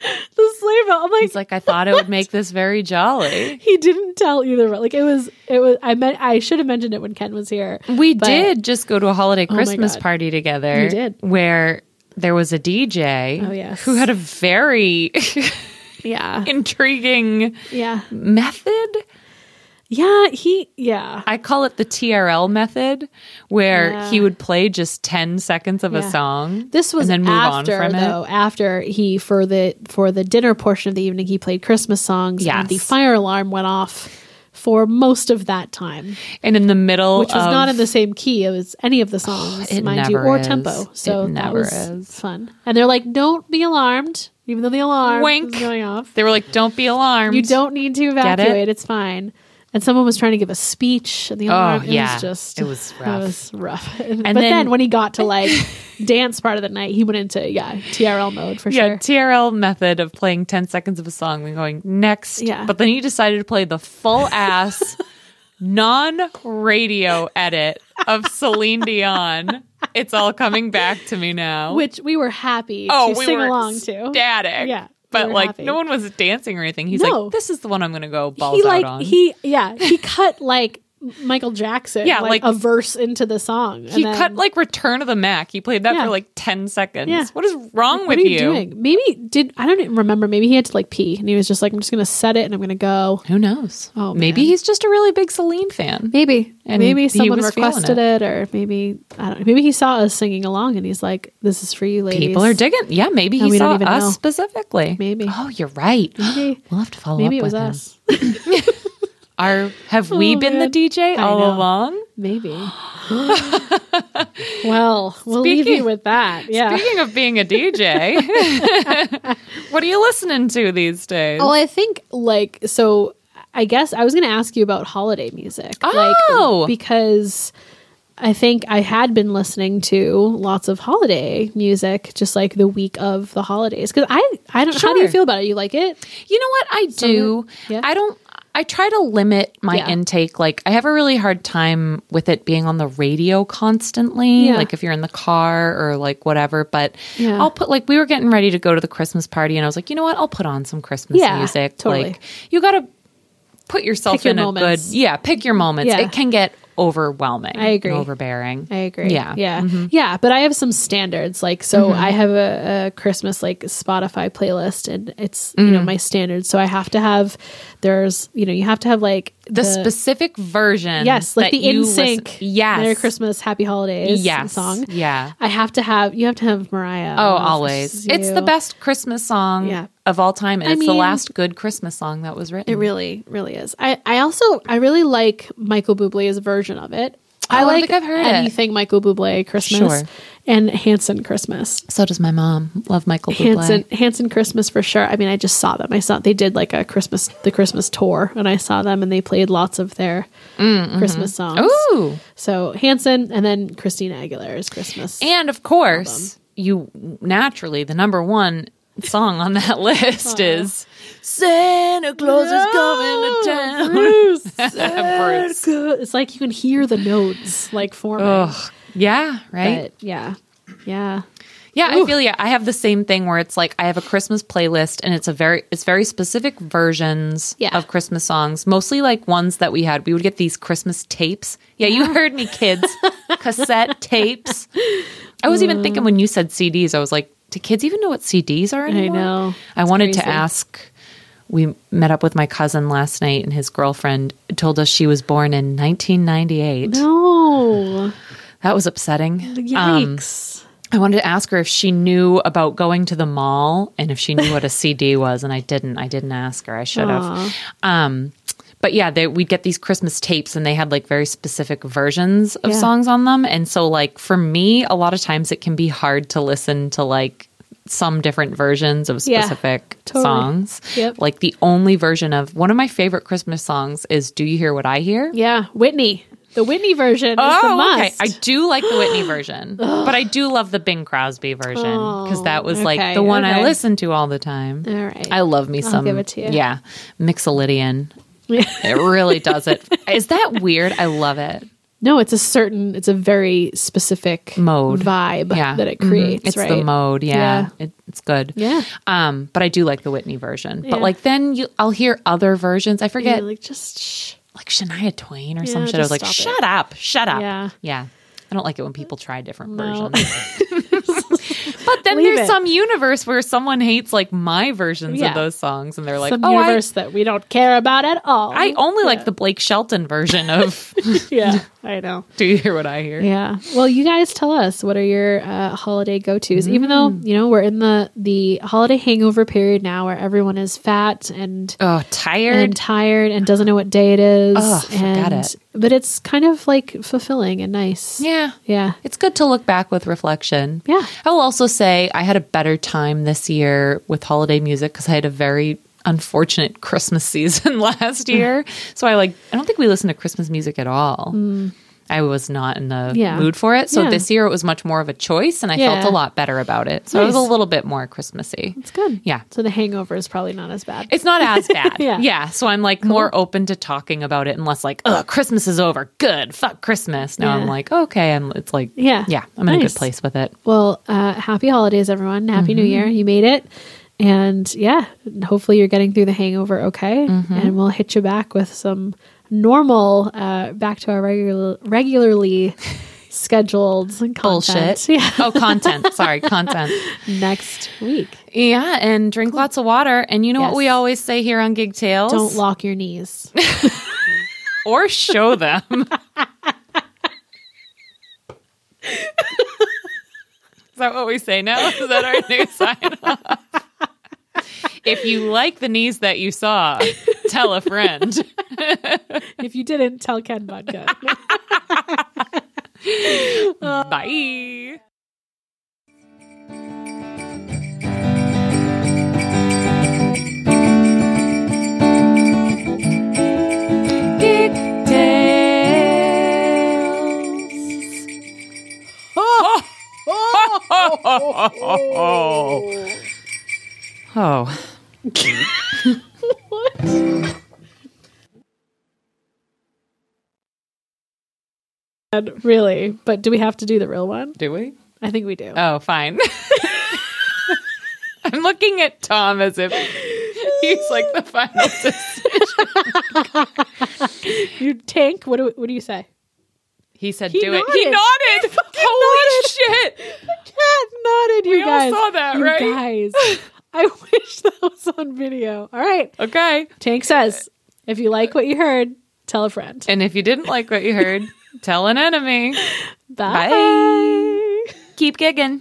S3: the sleigh bell. I'm like,
S2: He's like, I thought it would make this very jolly.
S3: he didn't tell either. Like it was, it was. I meant I should have mentioned it when Ken was here.
S2: We
S3: but- Oh
S2: did just go to a holiday
S3: my
S2: Christmas
S3: God.
S2: party together.
S3: You did.
S2: Where there was a DJ
S3: Oh, yes.
S2: who had a very
S3: Yeah,
S2: intriguing
S3: yeah,
S2: method.
S3: yeah. He, yeah.
S2: I call it the TRL method, where
S3: Yeah.
S2: he would play just 10 seconds of
S3: Yeah.
S2: a song.
S3: This was
S2: and then move on
S3: after
S2: from it.
S3: though. After he for the for the dinner portion of the evening, he played Christmas songs,
S2: Yes.
S3: and the fire alarm went off for most of that time.
S2: And in the middle
S3: which was
S2: of Oh,
S3: not in the same key. It was any of the songs,
S2: it
S3: mind you,
S2: never
S3: or
S2: is.
S3: tempo. So
S2: It
S3: that
S2: never
S3: was
S2: is.
S3: fun. And they're like, "Don't be alarmed," even though the alarm
S2: Wink.
S3: is going off.
S2: They were like, "Don't be alarmed.
S3: You don't need to
S2: it?
S3: evacuate. It's fine. And someone was trying to give a speech, and the alarm it
S2: Oh, yeah.
S3: was just
S2: It was rough.
S3: It was rough. but then,
S2: then-
S3: when he got to like dance part of the night, he went into yeah TRL mode for
S2: Yeah,
S3: sure.
S2: TRL method of playing 10 seconds of a song and going next.
S3: Yeah.
S2: But then he decided to play the full ass non radio edit of Celine Dion. It's all coming back to me now.
S3: which we were happy
S2: oh,
S3: to
S2: we
S3: sing
S2: were
S3: along to.
S2: static.
S3: Yeah, we
S2: But
S3: were
S2: like
S3: happy.
S2: no one was dancing or anything. He's
S3: No.
S2: like, this is the one I'm gonna go balls
S3: he like
S2: out on.
S3: he yeah he cut like Michael Jackson
S2: Yeah,
S3: like,
S2: like-
S3: a verse into the song.
S2: he
S3: and then-
S2: cut like Return of the Mac. He played that
S3: Yeah.
S2: for like ten seconds.
S3: Yeah.
S2: What is wrong
S3: What
S2: with
S3: are you, doing? Maybe did I don't even remember. Maybe he had to like pee, and he was just like, "I'm just gonna set it, and I'm gonna go."
S2: Who knows?
S3: Oh,
S2: maybe
S3: man.
S2: he's just a really big Celine fan.
S3: Maybe
S2: And
S3: maybe
S2: he
S3: someone
S2: was feeling
S3: requested it. or maybe I don't. know. Maybe he saw us singing along, and he's like, "This is for you, ladies."
S2: People are digging. Yeah, maybe
S3: And
S2: he
S3: we don't
S2: saw us
S3: even know.
S2: specifically.
S3: Maybe.
S2: Oh, you're right.
S3: Maybe-
S2: we'll have to follow
S3: Maybe
S2: up
S3: it was
S2: with him.
S3: us.
S2: Are have we
S3: Oh,
S2: been
S3: man.
S2: the DJ
S3: I
S2: all
S3: know.
S2: along?
S3: Maybe. well, we'll leave
S2: Speaking-
S3: you with that. Yeah.
S2: Speaking of being a DJ, what are you listening to these days?
S3: Well, I think like so. I guess I was going to ask you about holiday music,
S2: Oh!
S3: like because I think I had been listening to lots of holiday music just like the week of the holidays. Because I, I don't. How do you
S2: Sure.
S3: feel about it? You like it?
S2: You know what I do?
S3: Yeah.
S2: I don't. I try to limit my
S3: Yeah.
S2: intake. Like I have a really hard time with it being on the radio constantly.
S3: Yeah.
S2: Like if you're in the car or like whatever. But
S3: Yeah.
S2: I'll put like we were getting ready to go to the Christmas party, and I was like, you know what? I'll put on some Christmas
S3: Yeah,
S2: music.
S3: totally.
S2: Like you got to put yourself
S3: Pick your
S2: in a
S3: moments.
S2: good yeah. Pick your moments.
S3: Yeah.
S2: It can get overwhelming.
S3: I agree.
S2: and overbearing.
S3: I agree.
S2: Yeah. Mm-hmm.
S3: yeah, yeah. But I have some standards. Like, so I have a, a Christmas like Spotify playlist, and it's you
S2: Mm.
S3: know my standards. So I have to have there's you know you have to have like
S2: The, specific version.
S3: Yes, like
S2: that
S3: the
S2: you
S3: in
S2: listen-
S3: sync.
S2: Yes.
S3: Merry Christmas, Happy Holidays.
S2: Yes.
S3: song.
S2: Yeah.
S3: I have to have. You have to have Mariah.
S2: Oh,
S3: off of
S2: always. It's
S3: you.
S2: the best Christmas song
S3: Yeah.
S2: of all time. And
S3: I
S2: it's the
S3: mean-
S2: last good Christmas song that was written.
S3: It really, really is. I, I also, I really like Michael Bublé's version of it.
S2: Oh, I
S3: I
S2: don't
S3: like
S2: think I've heard it.
S3: anything Michael Bublé Christmas
S2: Sure.
S3: and Hanson Christmas.
S2: so does my mom. Love Michael Bublé.
S3: Hanson Hanson Christmas for sure. I mean, I just saw them. I saw they did like a Christmas the Christmas tour, and I saw them, and they played lots of their Christmas songs.
S2: Mm, mm-hmm. Ooh.
S3: So Hanson, and then Christina Aguilera's Christmas.
S2: And of course, you naturally, the number one song on that list is Santa Claus is coming to town. Bruce.
S3: Good. It's like you can hear the notes like forming.
S2: Ugh. Yeah, right?
S3: But yeah, yeah,
S2: Yeah,
S3: Ooh.
S2: I feel yeah. I have the same thing where it's like I have a Christmas playlist and it's a very it's very specific versions
S3: Yeah.
S2: of Christmas songs, mostly like ones that we had. We would get these Christmas tapes. Yeah,
S3: Uh-huh.
S2: you heard me, kids. Cassette tapes. I was even thinking when you said CDs, I was like, do kids even know what CDs are anymore?
S3: know.
S2: I wanted to
S3: crazy.
S2: ask. We met up with my cousin last night, and his girlfriend told us she was born in 1998.
S3: No,
S2: That was upsetting. Um,
S3: yikes!
S2: I wanted to ask her if she knew about going to the mall and if she knew what a CD was, and I didn't. I didn't ask her. I should
S3: Aw.
S2: have. Um, but yeah, they, we'd get these Christmas tapes, and they had like very specific versions of
S3: Yeah.
S2: songs on them. And so, like for me, a lot of times it can be hard to listen to like some different versions of
S3: Yeah,
S2: specific
S3: totally.
S2: songs.
S3: Yep.
S2: Like the only version of one of my favorite Christmas songs is "Do You Hear What I Hear."
S3: yeah, Whitney, the Whitney version is the must.
S2: Oh, I do like the Whitney version, but I do love the Bing Crosby version because that was
S3: okay,
S2: like the one
S3: okay.
S2: I listened to all the time.
S3: All right.
S2: I love me some.
S3: give it to you.
S2: Yeah, Mixolydian. It really does it. Is that weird? I love it.
S3: no, it's a certain, it's a very specific
S2: Mode
S3: vibe
S2: yeah.
S3: that it
S2: Mhm.
S3: creates.
S2: It's
S3: right?
S2: the mode. Yeah,
S3: Yeah.
S2: It, it's good.
S3: Yeah.
S2: Um, but I do like the Whitney version.
S3: Yeah.
S2: But like then you, I'll hear other versions. I
S3: Yeah,
S2: forget,
S3: like just shh.
S2: like Shania Twain or
S3: Yeah,
S2: some shit. I was
S3: just
S2: like,
S3: stop it.
S2: shut up, shut up.
S3: Yeah.
S2: Yeah. I don't like it when people try different
S3: No.
S2: versions. But then
S3: Leave
S2: there's
S3: it.
S2: some universe where someone hates like my versions
S3: Yeah.
S2: of those songs, and they're like,
S3: some
S2: "Oh, I,
S3: universe that we don't care about at all.
S2: I only like the Blake Shelton version of
S3: yeah,
S2: oh.
S3: I know.
S2: Do You Hear What I Hear?"
S3: Yeah. Well, you guys tell us what are your uh, holiday go tos? Even though
S2: Mm.
S3: you know we're in the the holiday hangover period now, where everyone is fat and
S2: Oh, tired.
S3: and tired and doesn't know what day it is.
S2: Ugh, forget
S3: and,
S2: it.
S3: But it's kind of like fulfilling and nice.
S2: yeah,
S3: Yeah.
S2: It's good to look back with reflection.
S3: Yeah.
S2: I will also say I had a better time this year with holiday music because I had a very unfortunate
S3: Mm.
S2: Christmas season last year. so I like I don't think we listened to Christmas music at all. I was not in the
S3: Mm. Yeah.
S2: mood for it. So
S3: Yeah.
S2: this year it was much more of a choice and I
S3: Yeah.
S2: felt a lot better about it. So it was
S3: Nice.
S2: a little bit more Christmassy.
S3: It's good.
S2: Yeah.
S3: So the hangover is probably not as bad.
S2: It's not as bad.
S3: Yeah.
S2: So I'm like more open to talking about it and less like, oh, Christmas is over. Good. Fuck Christmas. Now
S3: Yeah.
S2: I'm like, okay. I'm, it's like,
S3: Yeah.
S2: Yeah. I'm in a
S3: Nice.
S2: good place with it.
S3: Well, uh, happy holidays, everyone. Happy New Year. You made it. And yeah, hopefully you're getting through the hangover okay. And we'll hit you back with some normal, uh, back to our regular, regularly scheduled content.
S2: Bullshit.
S3: Yeah,
S2: oh, content. Sorry. Content.
S3: next week.
S2: Yeah. And drink lots of water. And you know
S3: Yes.
S2: what we always say here on Gig Tales?
S3: Don't lock your knees.
S2: or show them. Is that what we say now? Is that our new sign off? If you like the knees that you saw, tell a friend.
S3: if you didn't, tell Ken Vodka.
S2: Bye. Gig Tales. Oh.
S3: what? And Really? But do we have to do the real one?
S2: Do we?
S3: I think we do.
S2: Oh, fine. I'm looking at Tom as if he's like the final decision.
S3: You tank. What do what do you say?
S2: He said,
S3: He
S2: "Do it." He
S3: nodded.
S2: nodded. Holy shit!
S3: Cat nodded. You
S2: all
S3: guys
S2: saw that,
S3: you
S2: right?
S3: Guys, I wish that was on video. All right.
S2: Okay.
S3: Tank says, if you like what you heard, tell a friend.
S2: And if you didn't like what you heard, tell an enemy.
S3: Bye.
S2: Bye. Keep gigging.